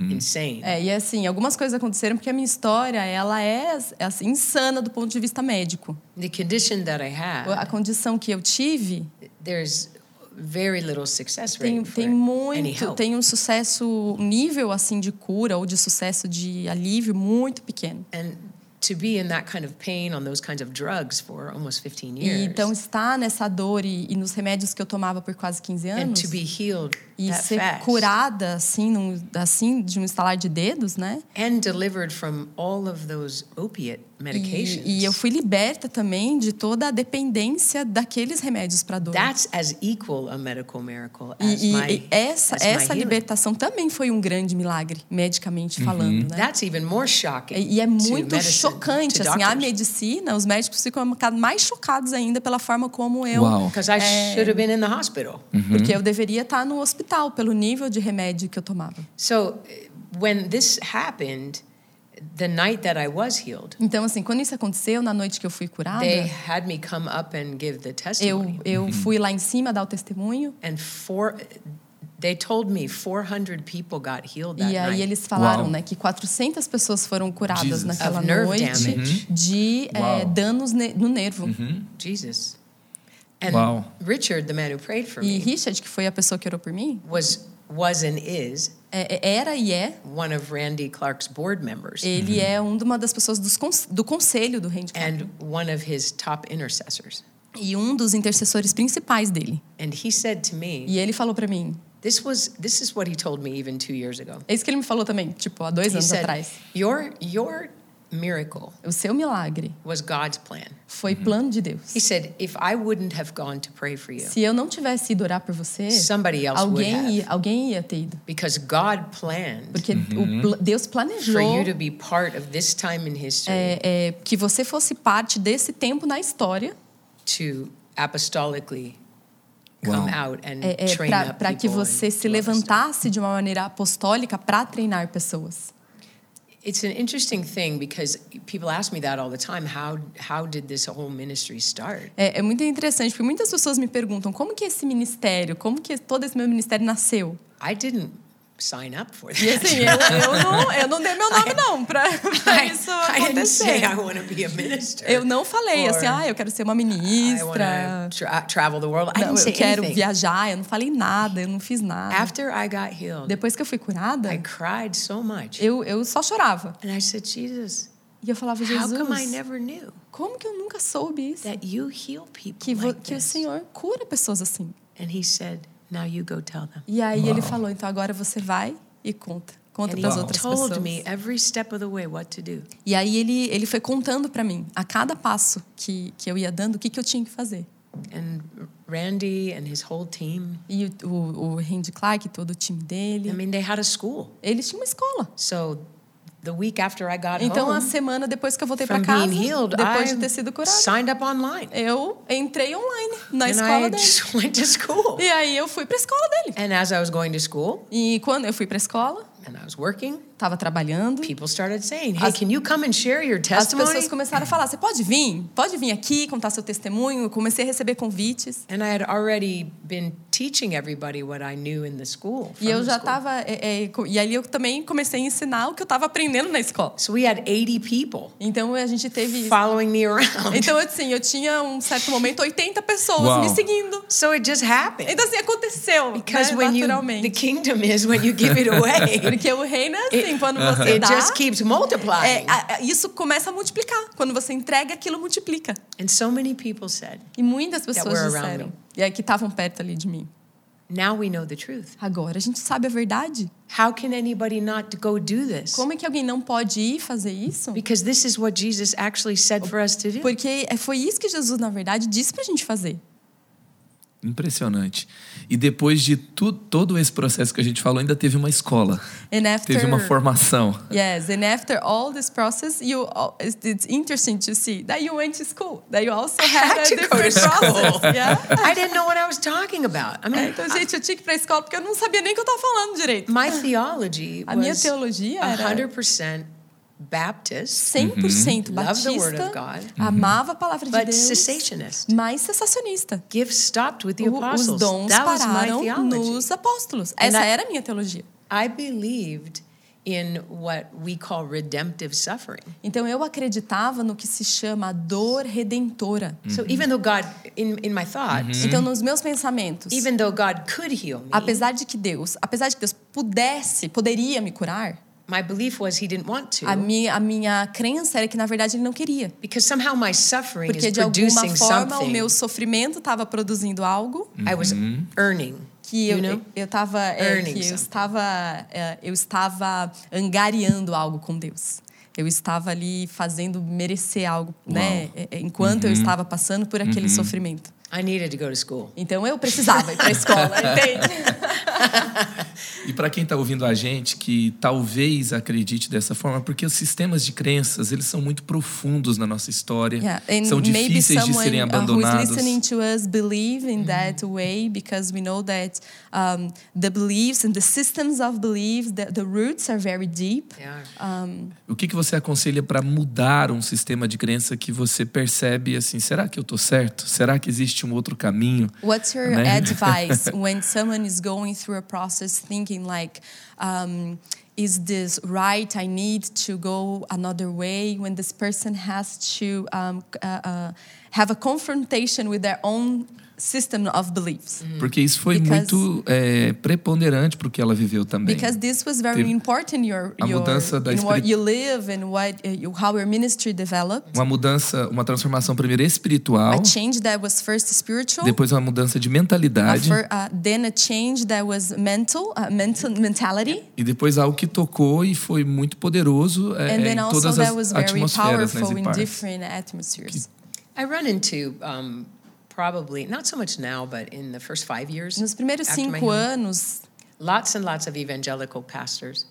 C: insane.
B: É, e assim, algumas coisas aconteceram porque a minha história, ela é, é, assim, insana do ponto de vista médico.
C: The condition that I have,
B: A condição que eu tive
C: there's very little success rate
B: tem,
C: for
B: tem
C: any
B: muito,
C: help.
B: tem um sucesso, um nível assim de cura ou de sucesso de alívio muito pequeno.
C: and to be in that kind of pain on those kinds of drugs for almost 15
B: E
C: years
B: então estar nessa dor e, e nos remédios que eu tomava por quase 15
C: and
B: anos
C: to be healed
B: e
C: that
B: ser
C: fast
B: curada assim, num, assim de um estalar de dedos, né?
C: and delivered from all of those opiate medications.
B: E, e eu fui liberta também de toda a dependência daqueles remédios para dor.
C: That's as equal a medical miracle as
B: E, e-
C: my
B: e essa,
C: as my
B: essa
C: healing.
B: libertação também foi um grande milagre, medicamente falando, né?
C: That's even more shocking.
B: E e é
C: to
B: muito
C: medicine,
B: chocante,
C: to
B: assim, a
C: doctors.
B: medicina, os médicos ficam mais chocados ainda pela forma como eu...
A: Uau.
C: Because I
B: Eh.
C: should have been in the hospital.
B: Porque eu deveria estar no hospital pelo nível de remédio que eu tomava.
C: So eh, when this happened, the night that I was healed,
B: Então, assim, quando isso aconteceu, na noite que eu fui curada,
C: they had me come up and give the
B: eu,
C: testimony.
B: eu fui lá em cima dar o testemunho.
C: And four, they told me 400 people got healed that
B: E aí
C: night.
B: eles falaram,
A: Uau.
B: né, que 400 pessoas foram curadas
A: Jesus. Uhum.
B: naquela
C: Of nerve
B: noite
C: damage.
B: de eh,
A: Uau. Uhum.
B: danos ne- no nervo.
C: Jesus. And
A: Wow.
C: Richard, the man who prayed for
B: E
C: me,
B: Richard, que foi a pessoa que orou por mim,
C: was was and is
B: é- é- era e é.
C: one of Randy Clark's board members
A: Uhum.
B: Ele é um de- uma das pessoas dos cons- do conselho do Randy Clark.
C: and one of his top intercessors.
B: E um dos intercessores principais dele.
C: And he said to me,
B: E ele falou pra mim,
C: this was this is what he told me even 2 years ago.
B: é isso que ele me falou também, tipo, há dois
C: He
B: anos
C: said,
B: atrás.
C: "Your your miracle
B: O seu milagre
C: was God's plan."
B: foi
A: Uhum.
B: plano de Deus.
C: He said, "If I wouldn't have gone to pray for you,
B: Se eu não tivesse ido orar por você,
C: somebody else would have
B: alguém ia, alguém ia ter ido.
C: because God planned
B: Porque
A: Uhum.
B: o pla- Deus
C: for you
B: planejou
C: to be part of this time in history
B: é, é, que você fosse parte desse tempo na história
C: to apostolically
A: Wow.
C: come out and
B: Eh, é,
C: train up
B: para que
C: people and
B: você se
C: do all this stuff.
B: levantasse de uma maneira apostólica para treinar pessoas.
C: It's an interesting thing because people ask me that all the time. How how did this whole ministry start?
B: É, é muito interessante, porque muitas pessoas me perguntam como que esse ministério, como que todo esse meu ministério nasceu.
C: I didn't sign up for
B: E
C: that.
B: assim, eu, eu não, eu não dei meu nome não para
C: I,
B: isso
C: I didn't say
B: acontecer.
C: I want to be a minister.
B: Eu não falei
C: or
B: assim, ah, eu quero ser uma
C: I want
B: ministra.
C: to tra- travel the world. I
B: Não,
C: didn't say
B: eu quero
C: anything.
B: viajar, eu não falei nada, eu não
C: É
B: fiz nada.
C: After I got healed,
B: Depois que eu fui curada,
C: I cried so much,
B: eu, eu só chorava.
C: and I said, Jesus,
B: E eu falava,
C: how come I
B: Jesus,
C: never knew
B: como que eu nunca soube isso?
C: that you heal people
B: Que, vo-
C: like
B: que o
C: this?
B: Senhor cura pessoas assim.
C: And He said, Now you go tell them.
B: E aí ele falou, então agora você vai e conta. Conta
C: And
B: para as
C: he
B: outras
C: told
B: pessoas.
C: me every step of the way what to do.
B: E aí ele, ele foi contando para mim, a cada passo que, que eu ia dando, o que, que eu tinha que fazer.
C: And Randy and his whole team,
B: E o, o, o Randy Clark, todo o time
C: I
B: dele,
C: mean, they had a school.
B: eles tinham uma escola.
C: So the week after I got
B: Então, a
C: home,
B: semana depois que eu voltei para
C: from
B: casa,
C: being healed,
B: depois
C: I
B: de ter sido curada,
C: signed up online.
B: eu entrei online na
C: and
B: escola
C: I É.
B: dele.
C: just went to school.
B: E aí eu fui para escola dele.
C: And as I was going to school
B: E quando eu fui para escola,
C: and I was working,
B: tava trabalhando.
C: people started saying, hey,
B: As-
C: can you come and share your
B: As
C: testimony?
B: pessoas começaram a falar: você pode vir? Pode vir aqui contar seu testemunho. Eu comecei a receber convites.
C: And I had already been teaching everybody what I knew in the school. from
B: E eu
C: the
B: já
C: school.
B: tava. é, é, co- e aí eu também comecei a ensinar o que eu tava aprendendo na escola.
C: So we had 80 people
B: Então a gente teve isso.
C: following me around.
B: Então, assim, eu tinha um certo momento 80 pessoas
A: Uau.
B: me seguindo.
C: So it just happened.
B: Então, assim, aconteceu. né,
C: Because when you, the
B: naturalmente.
C: kingdom is when you give it away,
B: Porque o reino é assim, quando você
C: it
B: dá.
C: just keeps
B: é,
C: multiplying.
B: a- a- isso começa a multiplicar. Quando você entrega, aquilo multiplica.
C: And so many people said,
B: E muitas pessoas
C: were around
B: disseram.
C: me.
B: E aí que estavam perto ali de mim.
C: now we know the truth.
B: Agora a gente sabe a verdade.
C: How can anybody not go do this?
B: Como é que alguém não pode ir fazer isso?
C: Because this is what Jesus actually said for us to do.
B: Porque é- foi isso que Jesus, na verdade, disse pra gente fazer.
A: Impressionante. E depois de tu, todo esse processo que a gente falou, ainda teve uma escola.
B: And after,
A: Teve uma formação.
B: Yes, and after all this process, you al- it's, it's interesting to see that you went to school, that you also had,
C: had
B: a
C: to go to
B: different
C: school.
B: process. Yeah?
C: I didn't know what I was talking about. I mean,
B: Então, gente, eu tinha que ir pra escola porque eu não sabia nem o que eu tava falando direito.
C: my theology
B: A minha
C: was
B: teologia era
C: 100% Baptist, Love
B: 100%
C: the word
B: batista, Uhum.
C: of God.
B: amava a palavra de
C: but
B: Deus,
C: cessationist.
B: mas sensacionista.
C: Gifts stopped with the
B: O- Os
C: apostles.
B: dons
C: That was my
B: pararam
C: theology.
B: nos apóstolos. Essa
C: I-
B: era a minha teologia.
C: I believed in what we call redemptive suffering.
B: Então eu acreditava no que se chama a dor redentora.
C: So even though God, in, in my thoughts,
B: Então nos meus pensamentos,
C: Uhum. even though God could heal me,
B: apesar de que Deus, apesar de que Deus pudesse, poderia me curar,
C: my belief was He didn't want to.
B: a minha a minha crença era que na verdade ele não queria,
C: because somehow my suffering
B: porque
C: is
B: de alguma
C: producing
B: forma o
C: something
B: meu sofrimento estava produzindo algo
C: I was earning.
B: que
C: you
B: eu
C: know?
B: eu tava é,
C: Earning
B: que eu
C: something.
B: estava é, eu estava angariando algo com Deus. Eu estava ali fazendo merecer algo, né? É, é, Enquanto
C: Uhum.
B: eu estava passando por aquele sofrimento.
C: I needed to go to school.
B: Então eu precisava ir para a escola, entende?
A: E para quem está ouvindo a gente que talvez acredite dessa forma, porque os sistemas de crenças eles são muito profundos na nossa história,
B: Yeah, and
A: são
B: maybe
A: difíceis de
B: someone
A: serem
B: uh, who is
A: abandonados.
B: listening to us believe in that way because we know that um, the beliefs and the systems of beliefs, the, the roots are very deep.
C: They are.
B: Um,
A: O que, que você aconselha para mudar um sistema de crença que você percebe assim? Será que eu estou certo? Será que existe um outro caminho?
B: What's your
A: Né?
B: advice when someone is going through a process thinking like, um, is this right? I need to go another way. When this person has to um, c- uh, uh, have a confrontation with their own system of beliefs.
A: Porque isso foi
B: Hum. Because-
A: muito é, preponderante para o que ela viveu também.
B: Because this was very
A: Teve-
B: important your,
A: a
B: your
A: mudança da
B: in what
A: espiri-
B: you live and what uh, you, how your ministry developed.
A: Uma mudança, uma transformação primeiro espiritual,
B: A change that was first spiritual.
A: depois uma mudança de
B: a
A: mentalidade
B: fir- uh, then a change that was mental, uh, mental mentality,
A: e depois algo que tocou e foi muito poderoso é, é,
B: and then
A: em
B: also
A: todas as
B: that was very
A: atmosferas né,
B: powerful
A: e
B: in
A: partes.
B: different atmospheres.
C: I run into um, probably not so much now, but in the first five years.
B: Nos primeiros
C: after my
B: cinco
C: healing,
B: anos,
C: lots and lots of evangelical pastors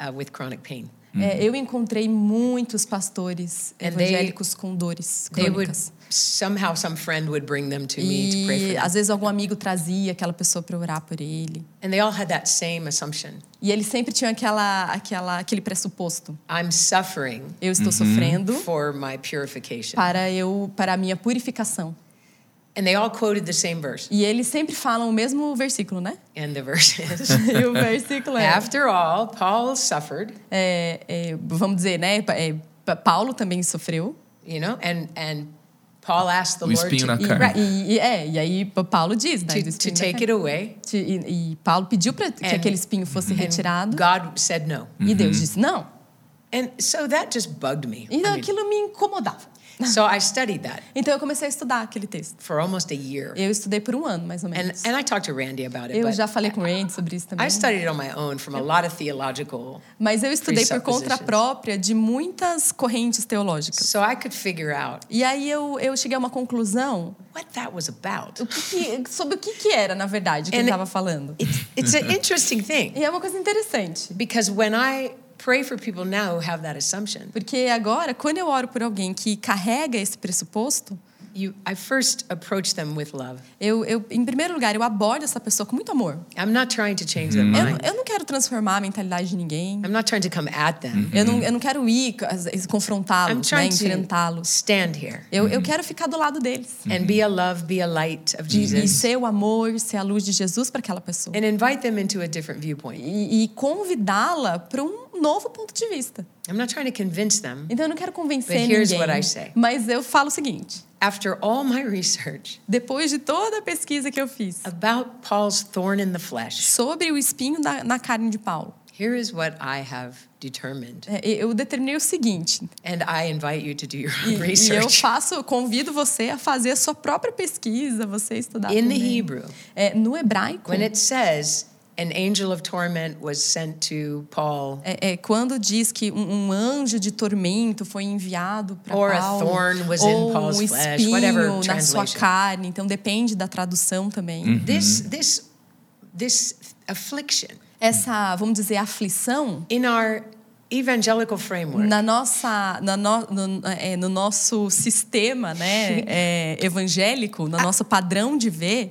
C: uh, with chronic pain.
A: Hum.
B: é, eu encontrei muitos pastores
C: And they-
B: evangélicos com dores
C: They would
B: crônicas.
C: somehow some friend would bring them to me to pray
B: E
C: for them,
B: às vezes algum amigo trazia aquela pessoa para orar por ele.
C: and they all had that same assumption:
B: E ele sempre tinha aquela, aquela, aquele pressuposto:
C: I'm suffering
B: eu estou sofrendo
C: for my purification,
B: para eu para a minha purificação.
C: and they all quoted the same verse,
B: E eles sempre falam o mesmo versículo, né?
C: and the verse is.
B: E o versículo é,
C: After all, Paul suffered,
B: é, é, vamos dizer, né? pa- é, pa- Paulo também sofreu.
C: you know, and and Paul asked the
A: O
C: Lord
A: espinho na
C: to,
B: E,
A: carne.
B: e- e- é, e aí pa- Paulo diz, né? do
C: to, to
B: espinho da
C: take
B: carne.
C: it away,
B: Te- E, e Paulo pediu para que
C: And-
B: aquele espinho
C: Uhum.
B: fosse retirado.
C: and God said no,
B: E Deus disse, não.
C: and so that just bugged me. I
B: Então
C: mean,
B: aquilo me incomodava.
C: so I studied that
B: Então eu comecei a estudar aquele texto.
C: for almost a year,
B: Eu estudei por um ano, mais ou
C: and
B: menos.
C: and I talked to Randy about it.
B: Eu
C: but
B: já falei com o Randy sobre isso também.
C: I studied it on my own from a lot of theological,
B: Mas eu estudei por conta
C: presuppositions.
B: própria de muitas correntes teológicas.
C: so I could figure out
B: E aí eu, eu cheguei a uma conclusão
C: what that was about.
B: o que que- sobre o que, que era, na verdade, que
C: And
B: ele
C: it-
B: estava falando.
C: It's, it's an interesting thing
B: E é uma coisa interessante.
C: because when I pray for people now who have that assumption,
B: Porque agora, quando eu oro por alguém que carrega esse pressuposto,
C: you, I first approach them with love.
B: eu, eu em primeiro lugar, eu abordo essa pessoa com muito amor.
C: I'm not trying to change their
B: Eu,
C: mind.
B: eu não quero transformar a mentalidade de ninguém.
C: I'm not trying to come at them.
B: Eu não, eu não quero ir às vezes,
C: I'm
B: confrontá-los, né,
C: trying to
B: enfrentá-los.
C: stand here
B: Eu, eu quero ficar do lado deles.
C: and be a love, be a light of
B: E
C: Jesus,
B: ser o amor, ser a luz de Jesus para aquela pessoa.
C: and invite them into a different viewpoint.
B: E, e convidá-la para um novo ponto de vista.
C: I'm not trying to convince them.
B: Então eu não quero convencer
C: But here's
B: ninguém.
C: what I say.
B: Mas eu falo o seguinte:
C: After all my research
B: depois de toda a pesquisa que eu fiz
C: about Paul's thorn in the flesh,
B: sobre o espinho da- na carne de Paulo,
C: here is what I have determined.
B: é, eu determinei o seguinte.
C: And I invite you to do your
B: E,
C: own
B: e eu
C: research.
B: faço, eu convido você a fazer a sua própria pesquisa, você estudar.
C: In the
B: também.
C: Hebrew,
B: É, no hebraico,
C: when it says an angel of torment was sent to Paul,
B: é, é, quando diz que um, um anjo de tormento foi enviado para
C: Or a
B: Paulo,
C: thorn was in
B: ou
C: Paul's
B: um
C: flesh,
B: espinho
C: whatever
B: na sua
C: translation.
B: carne, então depende da tradução também.
C: this this this affliction
B: Essa, vamos dizer, aflição
C: in our evangelical framework
B: na nossa na no, no, é, no nosso sistema né é, evangélico no nosso padrão de ver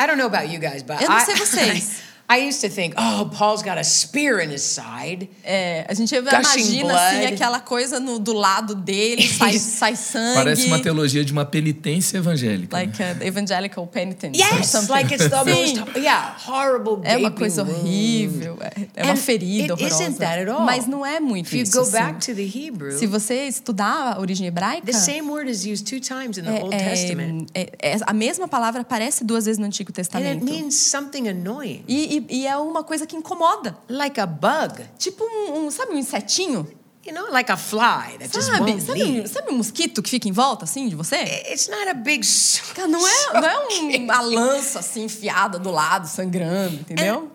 C: i don't know about you guys but
B: Eu não
C: I,
B: sei vocês.
C: I used to think oh paul's got a spear in his side
B: é, a gente
C: Gushing
B: imagina assim
C: blood.
B: aquela coisa no, do lado dele sai sai sangue
A: Parece uma teologia de uma penitência evangélica. né?
B: like a evangelical penitence or
C: yes
B: something.
C: like it's the
B: Sim.
C: most yeah horrible
B: é uma
C: gaping
B: coisa
C: wound.
B: horrível é- é uma
C: And it
B: ferida horrorosa
C: isn't that at all.
B: mas não é muito
C: if you
B: isso
C: go
B: assim.
C: back to the hebrew
B: se você estudar a origem hebraica
C: the same word is used two times in the old
B: é-
C: testament é
B: é- é- a mesma palavra aparece duas vezes no Antigo
C: and it
B: Testamento
C: means something annoying
B: E, e- e é uma coisa que incomoda.
C: like a bug
B: Tipo um, um- sabe, um insetinho?
C: you know like a fly that just É.
B: Sabe?
C: won't
B: Sabe, um,
C: leave
B: sabe um mosquito que fica em volta, assim, de você?
C: it's not a big s-
B: Cara, não é, não é um- uma lança, assim, enfiada do lado, sangrando, entendeu?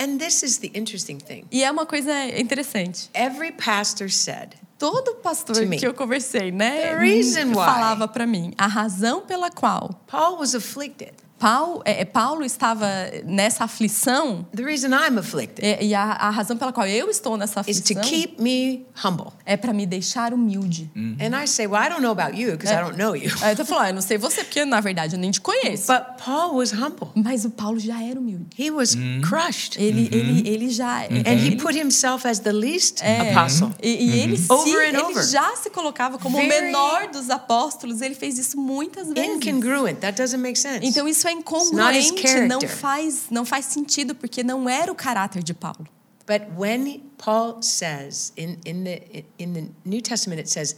C: And, and this is the interesting thing.
B: E é uma coisa interessante.
C: Every pastor said,
B: Todo pastor
C: To me.
B: que eu conversei, né?
C: The reason why.
B: Falava pra mim. A razão pela qual
C: Paul was afflicted.
B: Paulo, é, é, Paulo estava nessa aflição...
C: The reason I'm afflicted
B: é, E, a, a razão pela qual eu estou nessa
C: is to
B: aflição
C: keep me humble.
B: é pra me deixar humilde.
C: And I say, well, I don't know about you because I don't know you.
B: Aí tu falou, ah, eu não sei você, porque na verdade eu nem te conheço.
C: But Paul was humble.
B: Mas o Paulo já era humilde.
C: He was crushed.
B: Ele, ele, ele já.
C: And he
B: ele,
C: put himself as the least apostle.
B: e, e ele, se,
C: Over and
B: ele
C: over.
B: já se colocava como o
C: Very-
B: menor dos apóstolos. Ele fez isso muitas vezes.
C: Incongruent. That doesn't make sense.
B: Então isso é
C: his
B: incongruente,
C: character.
B: não faz, não faz sentido, porque não era o caráter de Paulo.
C: But when Paul says in, in, the, in the New Testament, it says,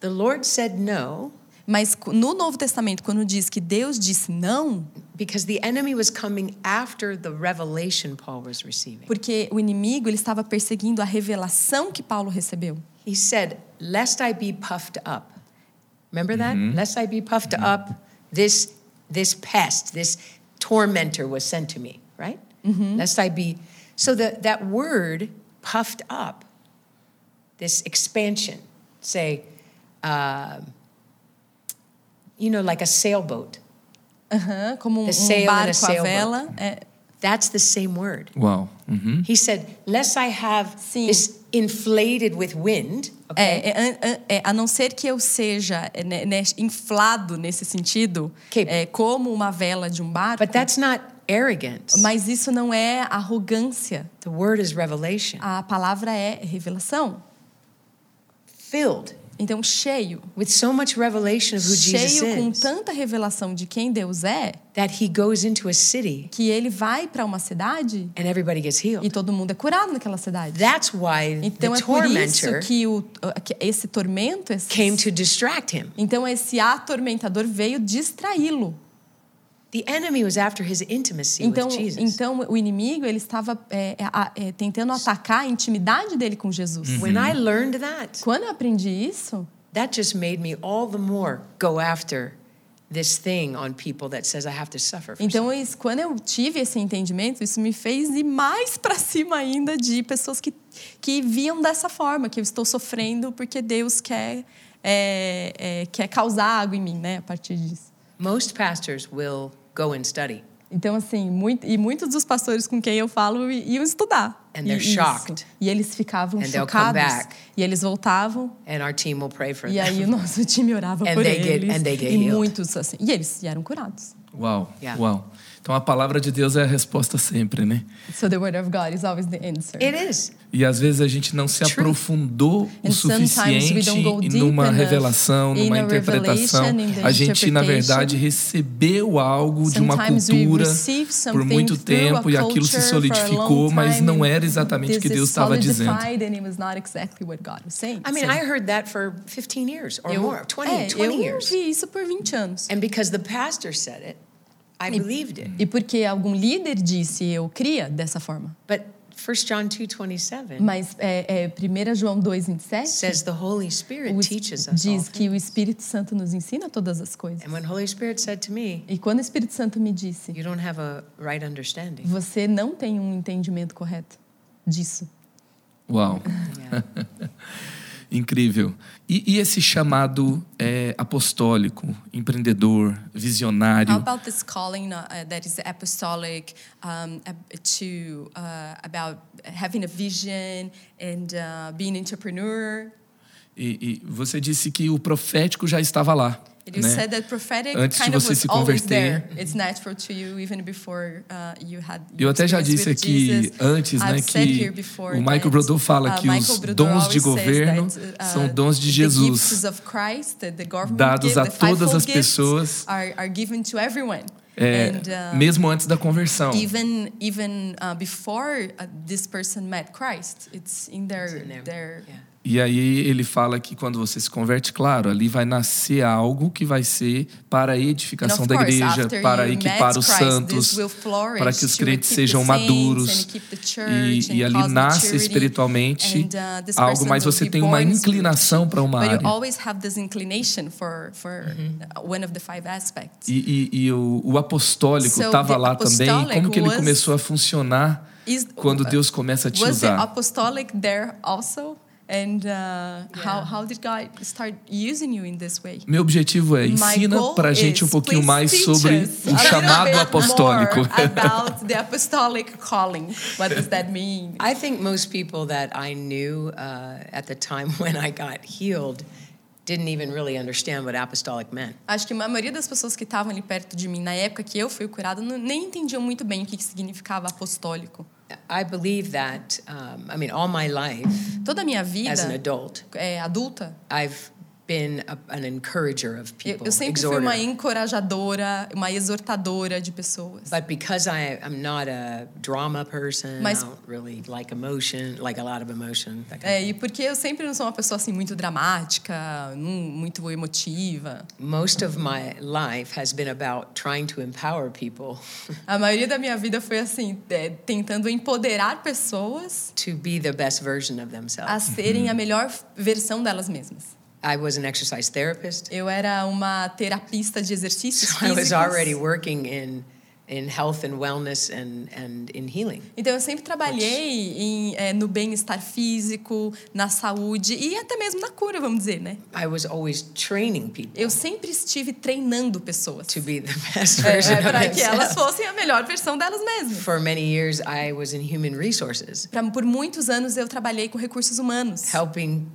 C: the Lord said no
B: Mas cu- no Novo Testamento, quando diz que Deus disse não,
C: because the enemy was coming after the revelation Paul was receiving.
B: porque o inimigo ele estava perseguindo a revelação que Paulo recebeu.
C: He said, "Lest I be puffed up." Remember that? "Lest I be puffed up." This this pest, this tormentor was sent to me, right? Lest I be. So the, that word puffed up, this expansion, say, um, you know, like a sailboat.
B: Aham, como um,
C: The
B: um
C: sail and a
B: barco à
C: sailboat.
B: vela. É,
C: That's the same word.
A: Uau. Uhum.
C: He said, "Lest I have
B: Sim.
C: this inflated with wind." Okay.
B: É, é, an- an- é, a não ser que eu seja é, né, né, inflado nesse sentido,
C: Que-
B: é, como uma vela de um barco,
C: But that's not arrogance.
B: mas isso não é arrogância.
C: the word is revelation.
B: A palavra é revelação.
C: Filled
B: Então, cheio.
C: with so much revelation of who Jesus
B: Cheio com
C: is
B: tanta revelação de quem Deus é,
C: that he goes into a city
B: que ele vai para uma cidade
C: and everybody gets healed.
B: e todo mundo é curado naquela cidade.
C: That's why
B: Então,
C: the
B: é por isso
C: tormentor
B: que, o, uh, que esse tormento... Esse,
C: came to distract him.
B: Então, esse atormentador veio distraí-lo.
C: The enemy was after his intimacy
B: Então,
C: with Jesus.
B: então o inimigo ele estava é, é, a- é, tentando atacar a intimidade dele com Jesus.
C: when I learned that,
B: Quando eu aprendi isso,
C: that just made me all the more go after this thing on people that says I have to suffer. For something."
B: então isso, quando eu tive esse entendimento, isso me fez ir mais para cima ainda de pessoas que que viam dessa forma, que eu estou sofrendo porque Deus quer é, é, quer causar algo em mim, né? A partir disso.
C: Most pastors will go and study.
B: Então assim, muito, e muitos dos pastores com quem eu falo i- iam estudar.
C: And
B: E-
C: they're
B: isso.
C: shocked.
B: E eles ficavam
C: And they'll come
B: chocados.
C: back.
B: E eles voltavam
C: and our team will pray for
B: E
C: them.
B: aí o nosso time orava
C: And
B: por
C: they
B: eles.
C: get- and they get
B: e
C: healed.
B: muitos assim. E eles eram curados.
A: Uau.
C: Yeah.
A: Uau. Então a palavra de Deus é a resposta sempre, né?
B: So the word of God is always the answer.
C: It is.
A: E às vezes a gente não se
C: Truth.
A: aprofundou o
B: And sometimes we
A: suficiente
B: don't go deep
A: numa
B: enough
A: revelação,
B: in
A: numa
B: a
A: interpretação.
B: revelation, in the
A: A gente, na verdade,
B: interpretation.
A: recebeu algo de uma
B: Sometimes we
A: cultura
B: receive something
A: por muito
B: through a
A: tempo e aquilo se
B: culture for a long
A: solidificou, mas
B: time
A: não
B: and
A: era exatamente o que
B: this
A: Deus
B: is
A: estava dizendo.
B: solidified and it was not exactly what God was saying.
C: I mean,
B: So,
C: I heard that for 15 years or more, 20,
B: é,
C: 20
B: eu
C: years.
B: vi isso por 20 anos.
C: And because the pastor said it, I believed it.
B: E porque algum líder disse, eu cria dessa forma.
C: But 1 John 2:27
B: Mas é, é, 1 João 2, 27
C: says the Holy Spirit
B: o-
C: teaches us all É
B: diz que o
C: things.
B: Espírito Santo nos ensina todas as coisas.
C: And when Holy Spirit said to me,
B: E quando o Espírito Santo me disse,
C: you don't have a right understanding.
B: você não tem um entendimento correto disso.
A: Uau.
C: Yeah.
A: Incrível. E, e esse chamado é, apostólico, empreendedor,
B: How
A: visionário,
B: about this calling uh, uh, that is apostolic um, ab- to uh, about having a vision and uh, being entrepreneur?
A: E, e você disse que o profético já estava lá.
B: And You
A: né?
B: said that prophetic
A: Antes de
B: kind of
A: você
B: was
A: se
B: always
A: converter.
B: there. It's natural to you even before uh, you had.
A: Eu
B: your
A: até já
B: experience
A: disse
B: with
A: aqui
B: Jesus.
A: antes, né,
B: I've said
A: que
B: here before
A: o Michael
B: that,
A: Brodeau fala
B: uh,
A: que os
B: Michael Brodeau
A: dons de
B: always says
A: governo
B: that, uh,
A: são dons de
B: The
A: Jesus.
B: gifts of Christ, that the government
A: dados
B: give,
A: a
B: the fivefold
A: todas as
B: gifts
A: pessoas.
B: Are, are given to everyone.
A: É,
B: And, uh,
A: mesmo antes da conversão.
B: even even uh, before uh, this person met Christ, it's in their
C: in there.
B: their
C: Yeah.
A: E aí ele fala que quando você se converte, claro, ali vai nascer algo que vai ser para a
B: And
A: edificação
B: of
A: da
B: course,
A: igreja,
B: after
A: para
B: you
A: equipar
B: met
A: os
B: Christ,
A: santos,
B: this will flourish
A: para que os
B: to
A: crentes
B: equip
A: sejam
B: the saints
A: maduros.
B: and equip the
A: E,
B: church
A: e
B: and
A: ali
B: cause
A: nasce
B: maturity.
A: espiritualmente
B: And, uh, this
A: algo,
B: person
A: mas
B: will
A: você
B: be
A: tem uma
B: born
A: inclinação para uma
B: But you
A: área.
B: always have this inclination for for uh, one of the five aspects.
A: E, e- e o, o apostólico
B: So,
A: estava
B: the
A: lá também.
B: apostolic
A: Como que ele
B: was-
A: começou a funcionar
B: Is
A: quando Deus começa a te
B: was the
A: usar?
B: apostolic there also, and uh, how how did God start using you in this way?
A: Meu objetivo é ensina
B: goal
A: pra gente um
B: is,
A: pouquinho
B: please
A: mais
B: teach
A: sobre
B: us a
A: o
B: little
A: chamado
B: bit
A: apostólico.
B: more about the apostolic calling. What does that mean?
C: I think most people that I knew uh, at the time when I got healed didn't even really understand what apostolic meant.
B: Acho que a maioria das pessoas que estavam ali perto de mim na época que eu fui curada não- nem entendiam muito bem o que que significava apostólico.
C: I believe that, um, I mean, all my life
B: Toda a minha
C: as an
B: vida
C: adult,
B: é, adulta,
C: I've been a, an encourager of
B: Eu,
C: people,
B: eu sempre fui
C: exhorter.
B: uma encorajadora, uma exortadora de pessoas.
C: But because I am not a drama person,
B: Mas-
C: I don't really like emotion, like a lot of emotion. That kind
B: É, e porque eu sempre não sou uma pessoa assim muito dramática, não muito emotiva.
C: of- Most of my life has been about trying to empower people
B: A maioria da minha vida foi assim, é, tentando empoderar pessoas
C: to be the best version of themselves.
B: a serem a melhor versão delas mesmas.
C: I was an exercise therapist,
B: Eu era uma terapista de exercícios
C: so I was
B: físicos.
C: already working in in health and wellness and and in healing.
B: Então eu sempre trabalhei em, é, no bem-estar físico, na saúde e até mesmo na cura, vamos dizer, né?
C: I was always training people
B: Eu sempre estive treinando pessoas
C: to be the best
B: é,
C: version of
B: para que elas
C: themselves.
B: fossem a melhor versão delas mesmas.
C: For many years, I was in human resources,
B: Pra- por muitos anos eu trabalhei com recursos humanos.
C: helping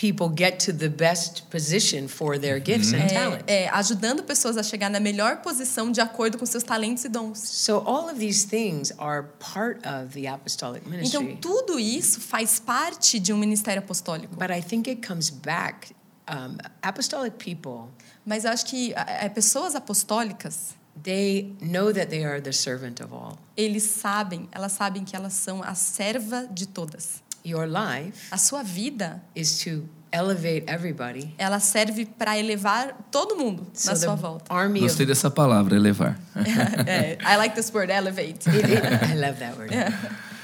C: people get to the best position for their gifts and talents.
B: É, é, ajudando pessoas a chegar na melhor posição de acordo com seus talentos e dons.
C: So all of these things are part of the apostolic
B: Então,
C: ministry.
B: tudo isso faz parte de um ministério apostólico.
C: But I think it comes back. Um, apostolic people,
B: Mas eu acho que é, é, pessoas apostólicas,
C: they know that they are the servant of all.
B: eles sabem, elas sabem que elas são a serva de todas.
C: Your life
B: A sua vida,
C: is to elevate everybody.
B: ela serve para elevar todo mundo na
C: the
B: sua volta.
C: army of
A: Gostei dessa palavra, elevar.
B: É, I like this word, elevate.
C: It- it- I love that word.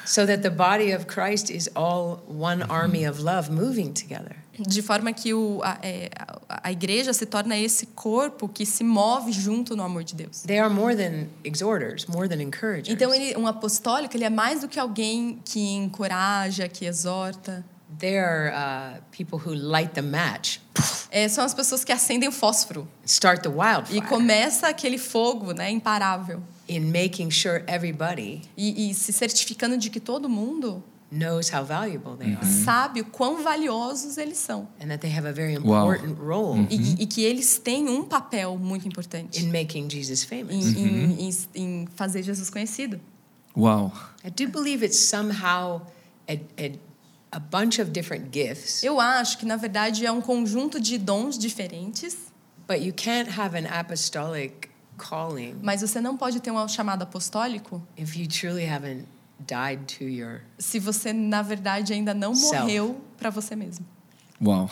C: So that the body of Christ is all one army of love moving together.
B: De forma que o, a, é, a- a igreja se torna esse corpo que se move junto no amor de Deus.
C: They are more than exhorters, more than encouragers.
B: Então, ele, um apostólico, ele é mais do que alguém que encoraja, que exorta.
C: They are uh, people who light the match,
B: É, são as pessoas que acendem o fósforo
C: start the
B: e
C: wildfire
B: começa aquele fogo, né, imparável.
C: in making sure everybody
B: E, e se certificando de que todo mundo
C: knows how valuable they
B: Mm-hmm.
C: are
B: sabe o quão valiosos eles são.
C: and that they have a very
A: Wow.
C: important role
B: E, e que eles têm um papel muito importante
C: in making Jesus famous.
B: em, em, em, em fazer Jesus conhecido.
A: Uau.
C: I do believe it's somehow a, a, a bunch of different gifts,
B: Eu acho que, na verdade, é um conjunto de dons diferentes,
C: but you can't have an apostolic calling
B: mas você não pode ter um chamado apostólico
C: if you truly haven't died to your
B: se você na verdade ainda não
C: Self.
B: morreu para você mesmo.
A: Uau.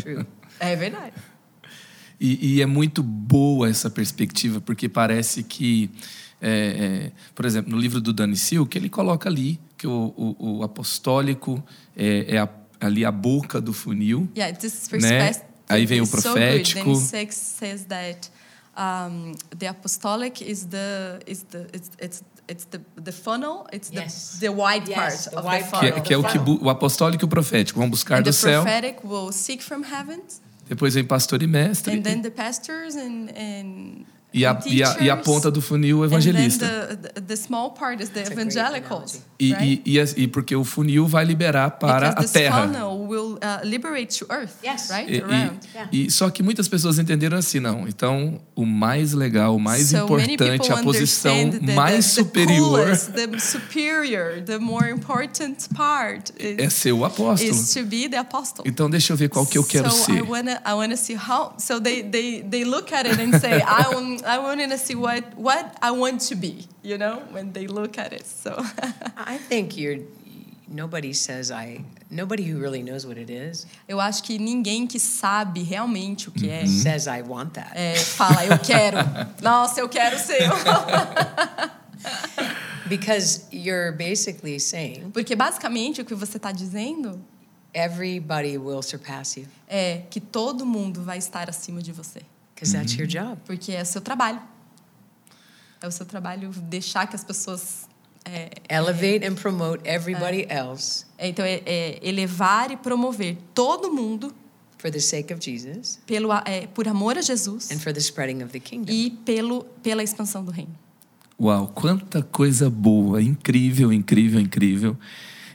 C: true.
B: É verdade.
A: E, e é muito boa essa perspectiva, porque parece que, é, é, por exemplo, no livro do Dani Sil, que ele coloca ali que o, o- o apostólico é, é a- ali a boca do funil.
B: Yeah,
A: Né?
B: this perspective
A: Aí vem o
B: is so
A: profético.
B: good. Then six says that um, the apostolic is the is the it's it's, it's the, the funnel, it's the,
C: Yes.
B: the wide
C: Yes,
B: part
C: the
B: of
C: wide
B: the
A: Que,
B: funnel.
A: é- que é o, que bu- o apostólico e o profético vão buscar
B: And
A: do
B: the
A: céu,
B: prophetic will seek from heaven,
A: depois vem pastor e mestre,
B: and then the pastors and and
A: e, a,
B: and
A: e, a, e a
B: teachers,
A: ponta do funil o
B: and then
A: evangelista.
B: the, the, the small part is the
C: a great
B: evangelicals,
A: E,
B: right?
A: e, e as- e porque o funil vai liberar para
B: Because
A: a
B: this
A: terra.
B: funnel will uh, liberate to earth,
C: Yes.
B: right?
A: E,
B: Around.
A: e, e- só que muitas pessoas entenderam assim, não. Então, o mais legal, o mais
B: so many
A: importante,
B: people
A: a posição
B: understand that
A: mais
B: the,
A: superior
B: the, coolest, the superior, the more important part
A: é
B: is,
A: ser o apóstolo.
B: is to be the apostle.
A: Então, deixa eu ver qual que eu quero
B: so I
A: ser.
B: wanna, I wanna see how. So they, they, they look at it and say, I want, I wanna see what, what I want to be. You know, when they look at it. So
C: I think you're. Nobody says I. Nobody who really knows what it is
B: eu acho que ninguém que sabe realmente o que
A: Uhum.
B: é,
C: says I want that.
B: é fala, eu quero. Nossa, eu quero ser.
C: Because you're basically saying
B: Porque basicamente o que você está dizendo
C: everybody will surpass you
B: é que todo mundo vai estar acima de você,
C: because that's your job.
B: porque é o seu trabalho. É o seu trabalho deixar que as pessoas é,
C: Elevate and promote everybody else
B: é, então é, é elevar e promover todo mundo
C: for the sake of Jesus
B: pelo a- é, por amor a Jesus
C: and for the spreading of the kingdom.
B: e pelo pela expansão do reino.
A: Uau, quanta coisa boa, incrível, incrível, incrível.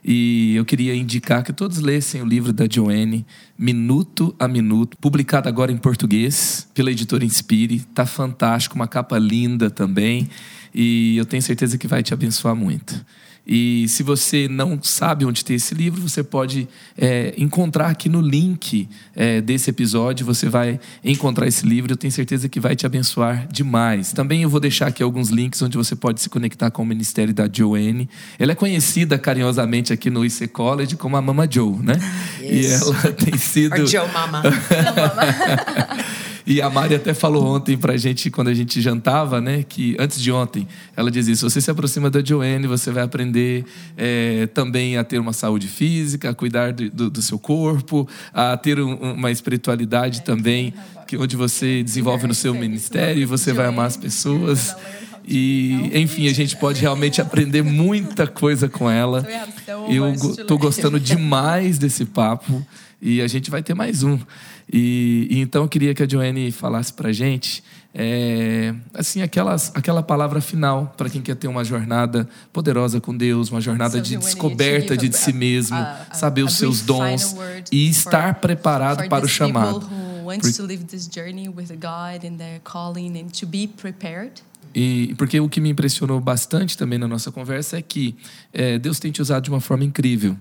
A: E eu queria indicar que todos lessem o livro da Joanne, Minuto a Minuto, publicado agora em português pela editora Inspire. Tá fantástico, uma capa linda também. E eu tenho certeza que vai te abençoar muito. E se você não sabe onde tem esse livro, você pode é, encontrar aqui no link é, desse episódio. Você vai encontrar esse livro. Eu tenho certeza que vai te abençoar demais. Também eu vou deixar aqui alguns links onde você pode se conectar com o ministério da Joanne. Ela é conhecida carinhosamente aqui no IC College como a Mama Joe, né?
C: Yes.
A: E ela tem sido.
C: Or Joe Mama.
A: E a Mari até falou ontem pra gente, quando a gente jantava, né? Que antes de ontem, ela dizia: assim, se você se aproxima da Joanne, você vai aprender eh, também a ter uma saúde física, a cuidar do, do- do seu corpo, a ter um- uma espiritualidade também, que onde você desenvolve no seu ministério e você vai amar as pessoas. E, enfim, a gente pode realmente aprender muita coisa com ela. Eu go- tô gostando demais desse papo e a gente vai ter mais um. E, e então eu queria que a Joanne falasse pra gente, é, assim, aquelas, aquela palavra final para quem quer ter uma jornada poderosa com Deus, uma jornada
B: So,
A: de
B: Joanne,
A: descoberta
B: give
A: de
B: a-
A: si mesmo,
B: a- a-
A: saber
B: a
A: os seus
B: brief final
A: dons
B: word
A: e
B: for-
A: estar preparado
B: for
A: para o
B: these people
A: chamado.
B: who wants to live this journey with God and their calling and to be prepared.
A: E porque o que me impressionou bastante também na nossa conversa é que eh, Deus tem te usado de uma forma incrível.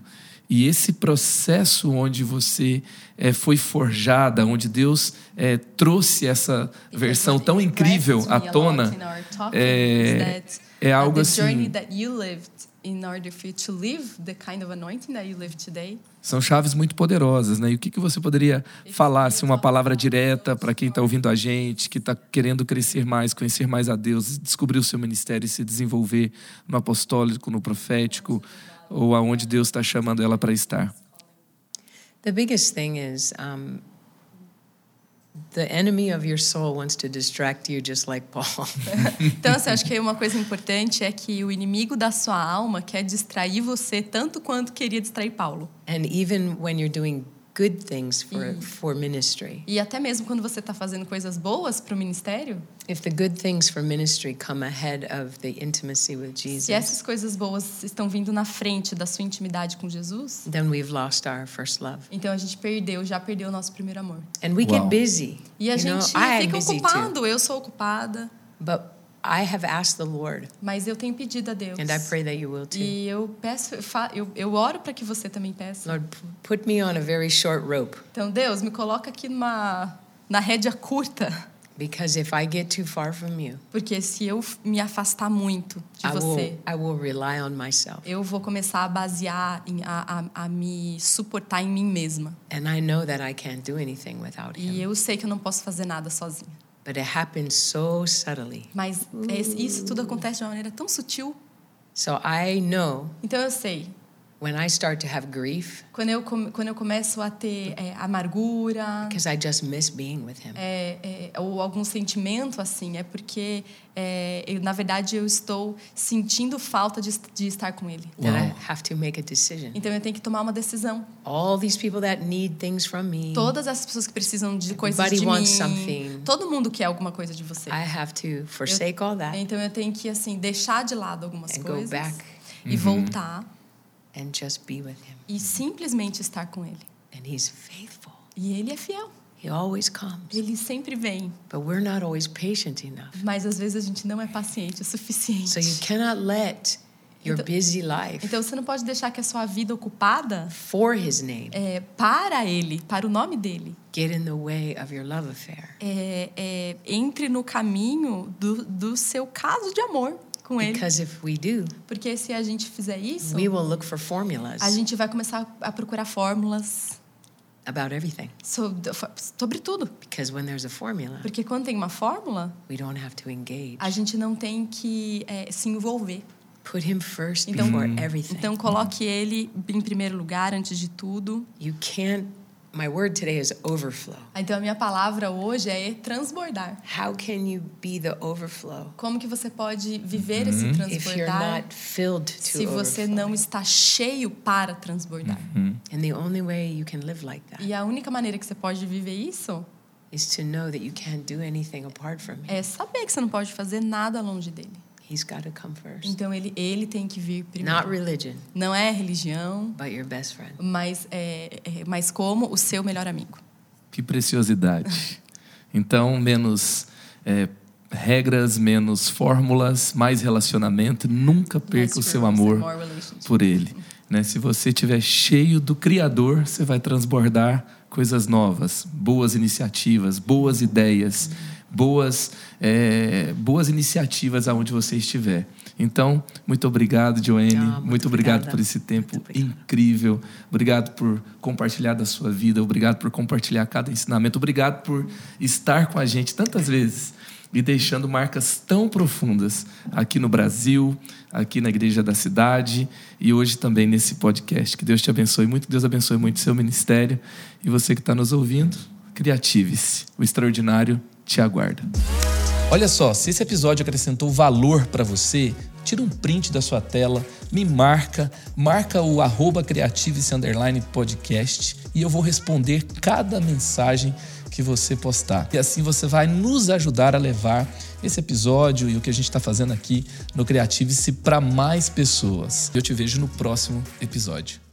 A: E esse processo onde você eh, foi forjada, onde Deus eh, trouxe essa versão tão incrível à tona,
B: né?
A: é, é
B: Uh,
A: algo assim. São chaves muito poderosas, né? E o que, que você poderia falar, assim, uma palavra direta para quem está ouvindo a gente, que está querendo crescer mais, conhecer mais a Deus, descobrir o seu ministério e se desenvolver no apostólico, no profético, ou aonde Deus está chamando ela para estar?
C: The biggest thing is um, the enemy of your soul wants to distract you just like Paul.
B: Então, assim, acho que uma coisa importante é que o inimigo da sua alma quer distrair você tanto quanto queria distrair Paulo.
C: and even when you're doing good things for, for ministry,
B: E até mesmo quando você está fazendo coisas boas para o ministério,
C: if the good things for ministry come ahead of the intimacy with
B: se
C: Jesus,
B: essas coisas boas estão vindo na frente da sua intimidade com Jesus,
C: then we've lost our first love.
B: então a gente perdeu, já perdeu o nosso primeiro amor.
C: And we
A: Wow.
C: get busy.
B: E a
C: you know,
B: gente
C: I am
B: fica
C: busy too.
B: ocupado, eu sou ocupada,
C: But I have asked the Lord,
B: mas eu tenho pedido a Deus.
C: and I pray that you will too.
B: E eu peço, eu fa- eu, eu oro para que você também peça.
C: Lord, p- put me on a very short rope
B: Então, Deus, me coloca aqui numa, na rédea curta,
C: because if I get too far from you,
B: porque se eu f- me afastar muito de
C: I will,
B: você,
C: I will rely on myself.
B: eu vou começar a basear, em, a, a, a me suportar em mim mesma.
C: And I know that I can't do anything without
B: E
C: him.
B: eu sei que eu não posso fazer nada sozinha.
C: But it happens so subtly.
B: Mas é- isso tudo acontece de uma maneira tão sutil.
C: So I know
B: Então, eu sei.
C: when I start to have grief
B: Quando eu, come- quando eu começo a ter é, amargura,
C: because I just miss being with him.
B: é, é, ou algum sentimento assim, é porque é, eu, na verdade eu estou sentindo falta de, est- de estar com ele.
C: That I
A: Wow.
C: have to make a decision.
B: Então eu tenho que tomar uma decisão.
C: All these people that need things from me,
B: Todas as pessoas que precisam de coisas
C: Everybody
B: de mim,
C: wants something.
B: todo mundo quer alguma coisa de você.
C: I have to forsake all that
B: Então eu tenho que assim deixar de lado algumas
C: And go
B: coisas
C: back. Uhum.
B: e voltar
C: and just be with him.
B: e simplesmente estar com ele.
C: And he's faithful.
B: E ele é fiel.
C: He always comes.
B: Ele sempre vem,
C: But we're not always patient enough.
B: mas às vezes a gente não é paciente o suficiente.
C: So you cannot let your busy life
B: Então você não pode deixar que a sua vida ocupada
C: for his name
B: é, para ele, para o nome dele,
C: get in the way of your love affair
B: é, é, entre no caminho do, do seu caso de amor com ele.
C: because if we do
B: Porque se a gente fizer isso,
C: we will look for
B: a
C: formulas
B: gente vai começar a procurar fórmulas
C: about everything
B: sobre, sobre tudo.
C: because when there's a formula
B: Porque quando tem uma fórmula,
C: we don't have to engage
B: a gente não tem que é, se envolver.
C: put him first
B: Então-
C: before everything
B: Então coloque ele em primeiro lugar, antes de tudo.
C: you can't my word today is overflow
B: Então a minha palavra hoje é transbordar.
C: how can you be the overflow
B: Como que você pode viver
A: Uhum.
C: if
B: esse
C: you're
B: transbordar
C: not filled to
B: se você
C: overflow
B: não está cheio para transbordar.
A: Uhum.
C: and the only way you can live like that
B: E a única maneira que você pode viver isso
C: is to know that you can't do anything apart from him
B: é saber que você não pode fazer nada longe dele.
C: he's got to come first
B: Então ele ele tem que vir
C: not
B: primeiro.
C: religion
B: Não é religião,
C: but your best friend
B: mas é, é- mas como o seu melhor amigo.
A: Que preciosidade. Então, menos é, regras, menos fórmulas, mais relacionamento. Nunca perca o
B: Less
A: seu
B: rules and
A: amor
B: more relationships.
A: por ele. Né? Se você estiver cheio do Criador, você vai transbordar coisas novas, boas iniciativas, boas ideias, boas, eh, boas iniciativas aonde você estiver. Então, muito obrigado, Joane.
C: Ah,
A: muito
C: muito
A: obrigado
C: obrigada.
A: por esse tempo
C: Muito obrigada.
A: incrível. Obrigado por compartilhar da sua vida. Obrigado por compartilhar cada ensinamento. Obrigado por estar com a gente tantas vezes e deixando marcas tão profundas aqui no Brasil, aqui na Igreja da Cidade e hoje também nesse podcast. Que Deus te abençoe muito, que Deus abençoe muito seu ministério. E você que está nos ouvindo, criative-se. O extraordinário te aguarda. Olha só, se esse episódio acrescentou valor para você, tira um print da sua tela, me marca, marca o arroba Creativice Underline Podcast e eu vou responder cada mensagem que você postar. E assim você vai nos ajudar a levar esse episódio e o que a gente tá está fazendo aqui no Creativice para mais pessoas. Eu te vejo no próximo episódio.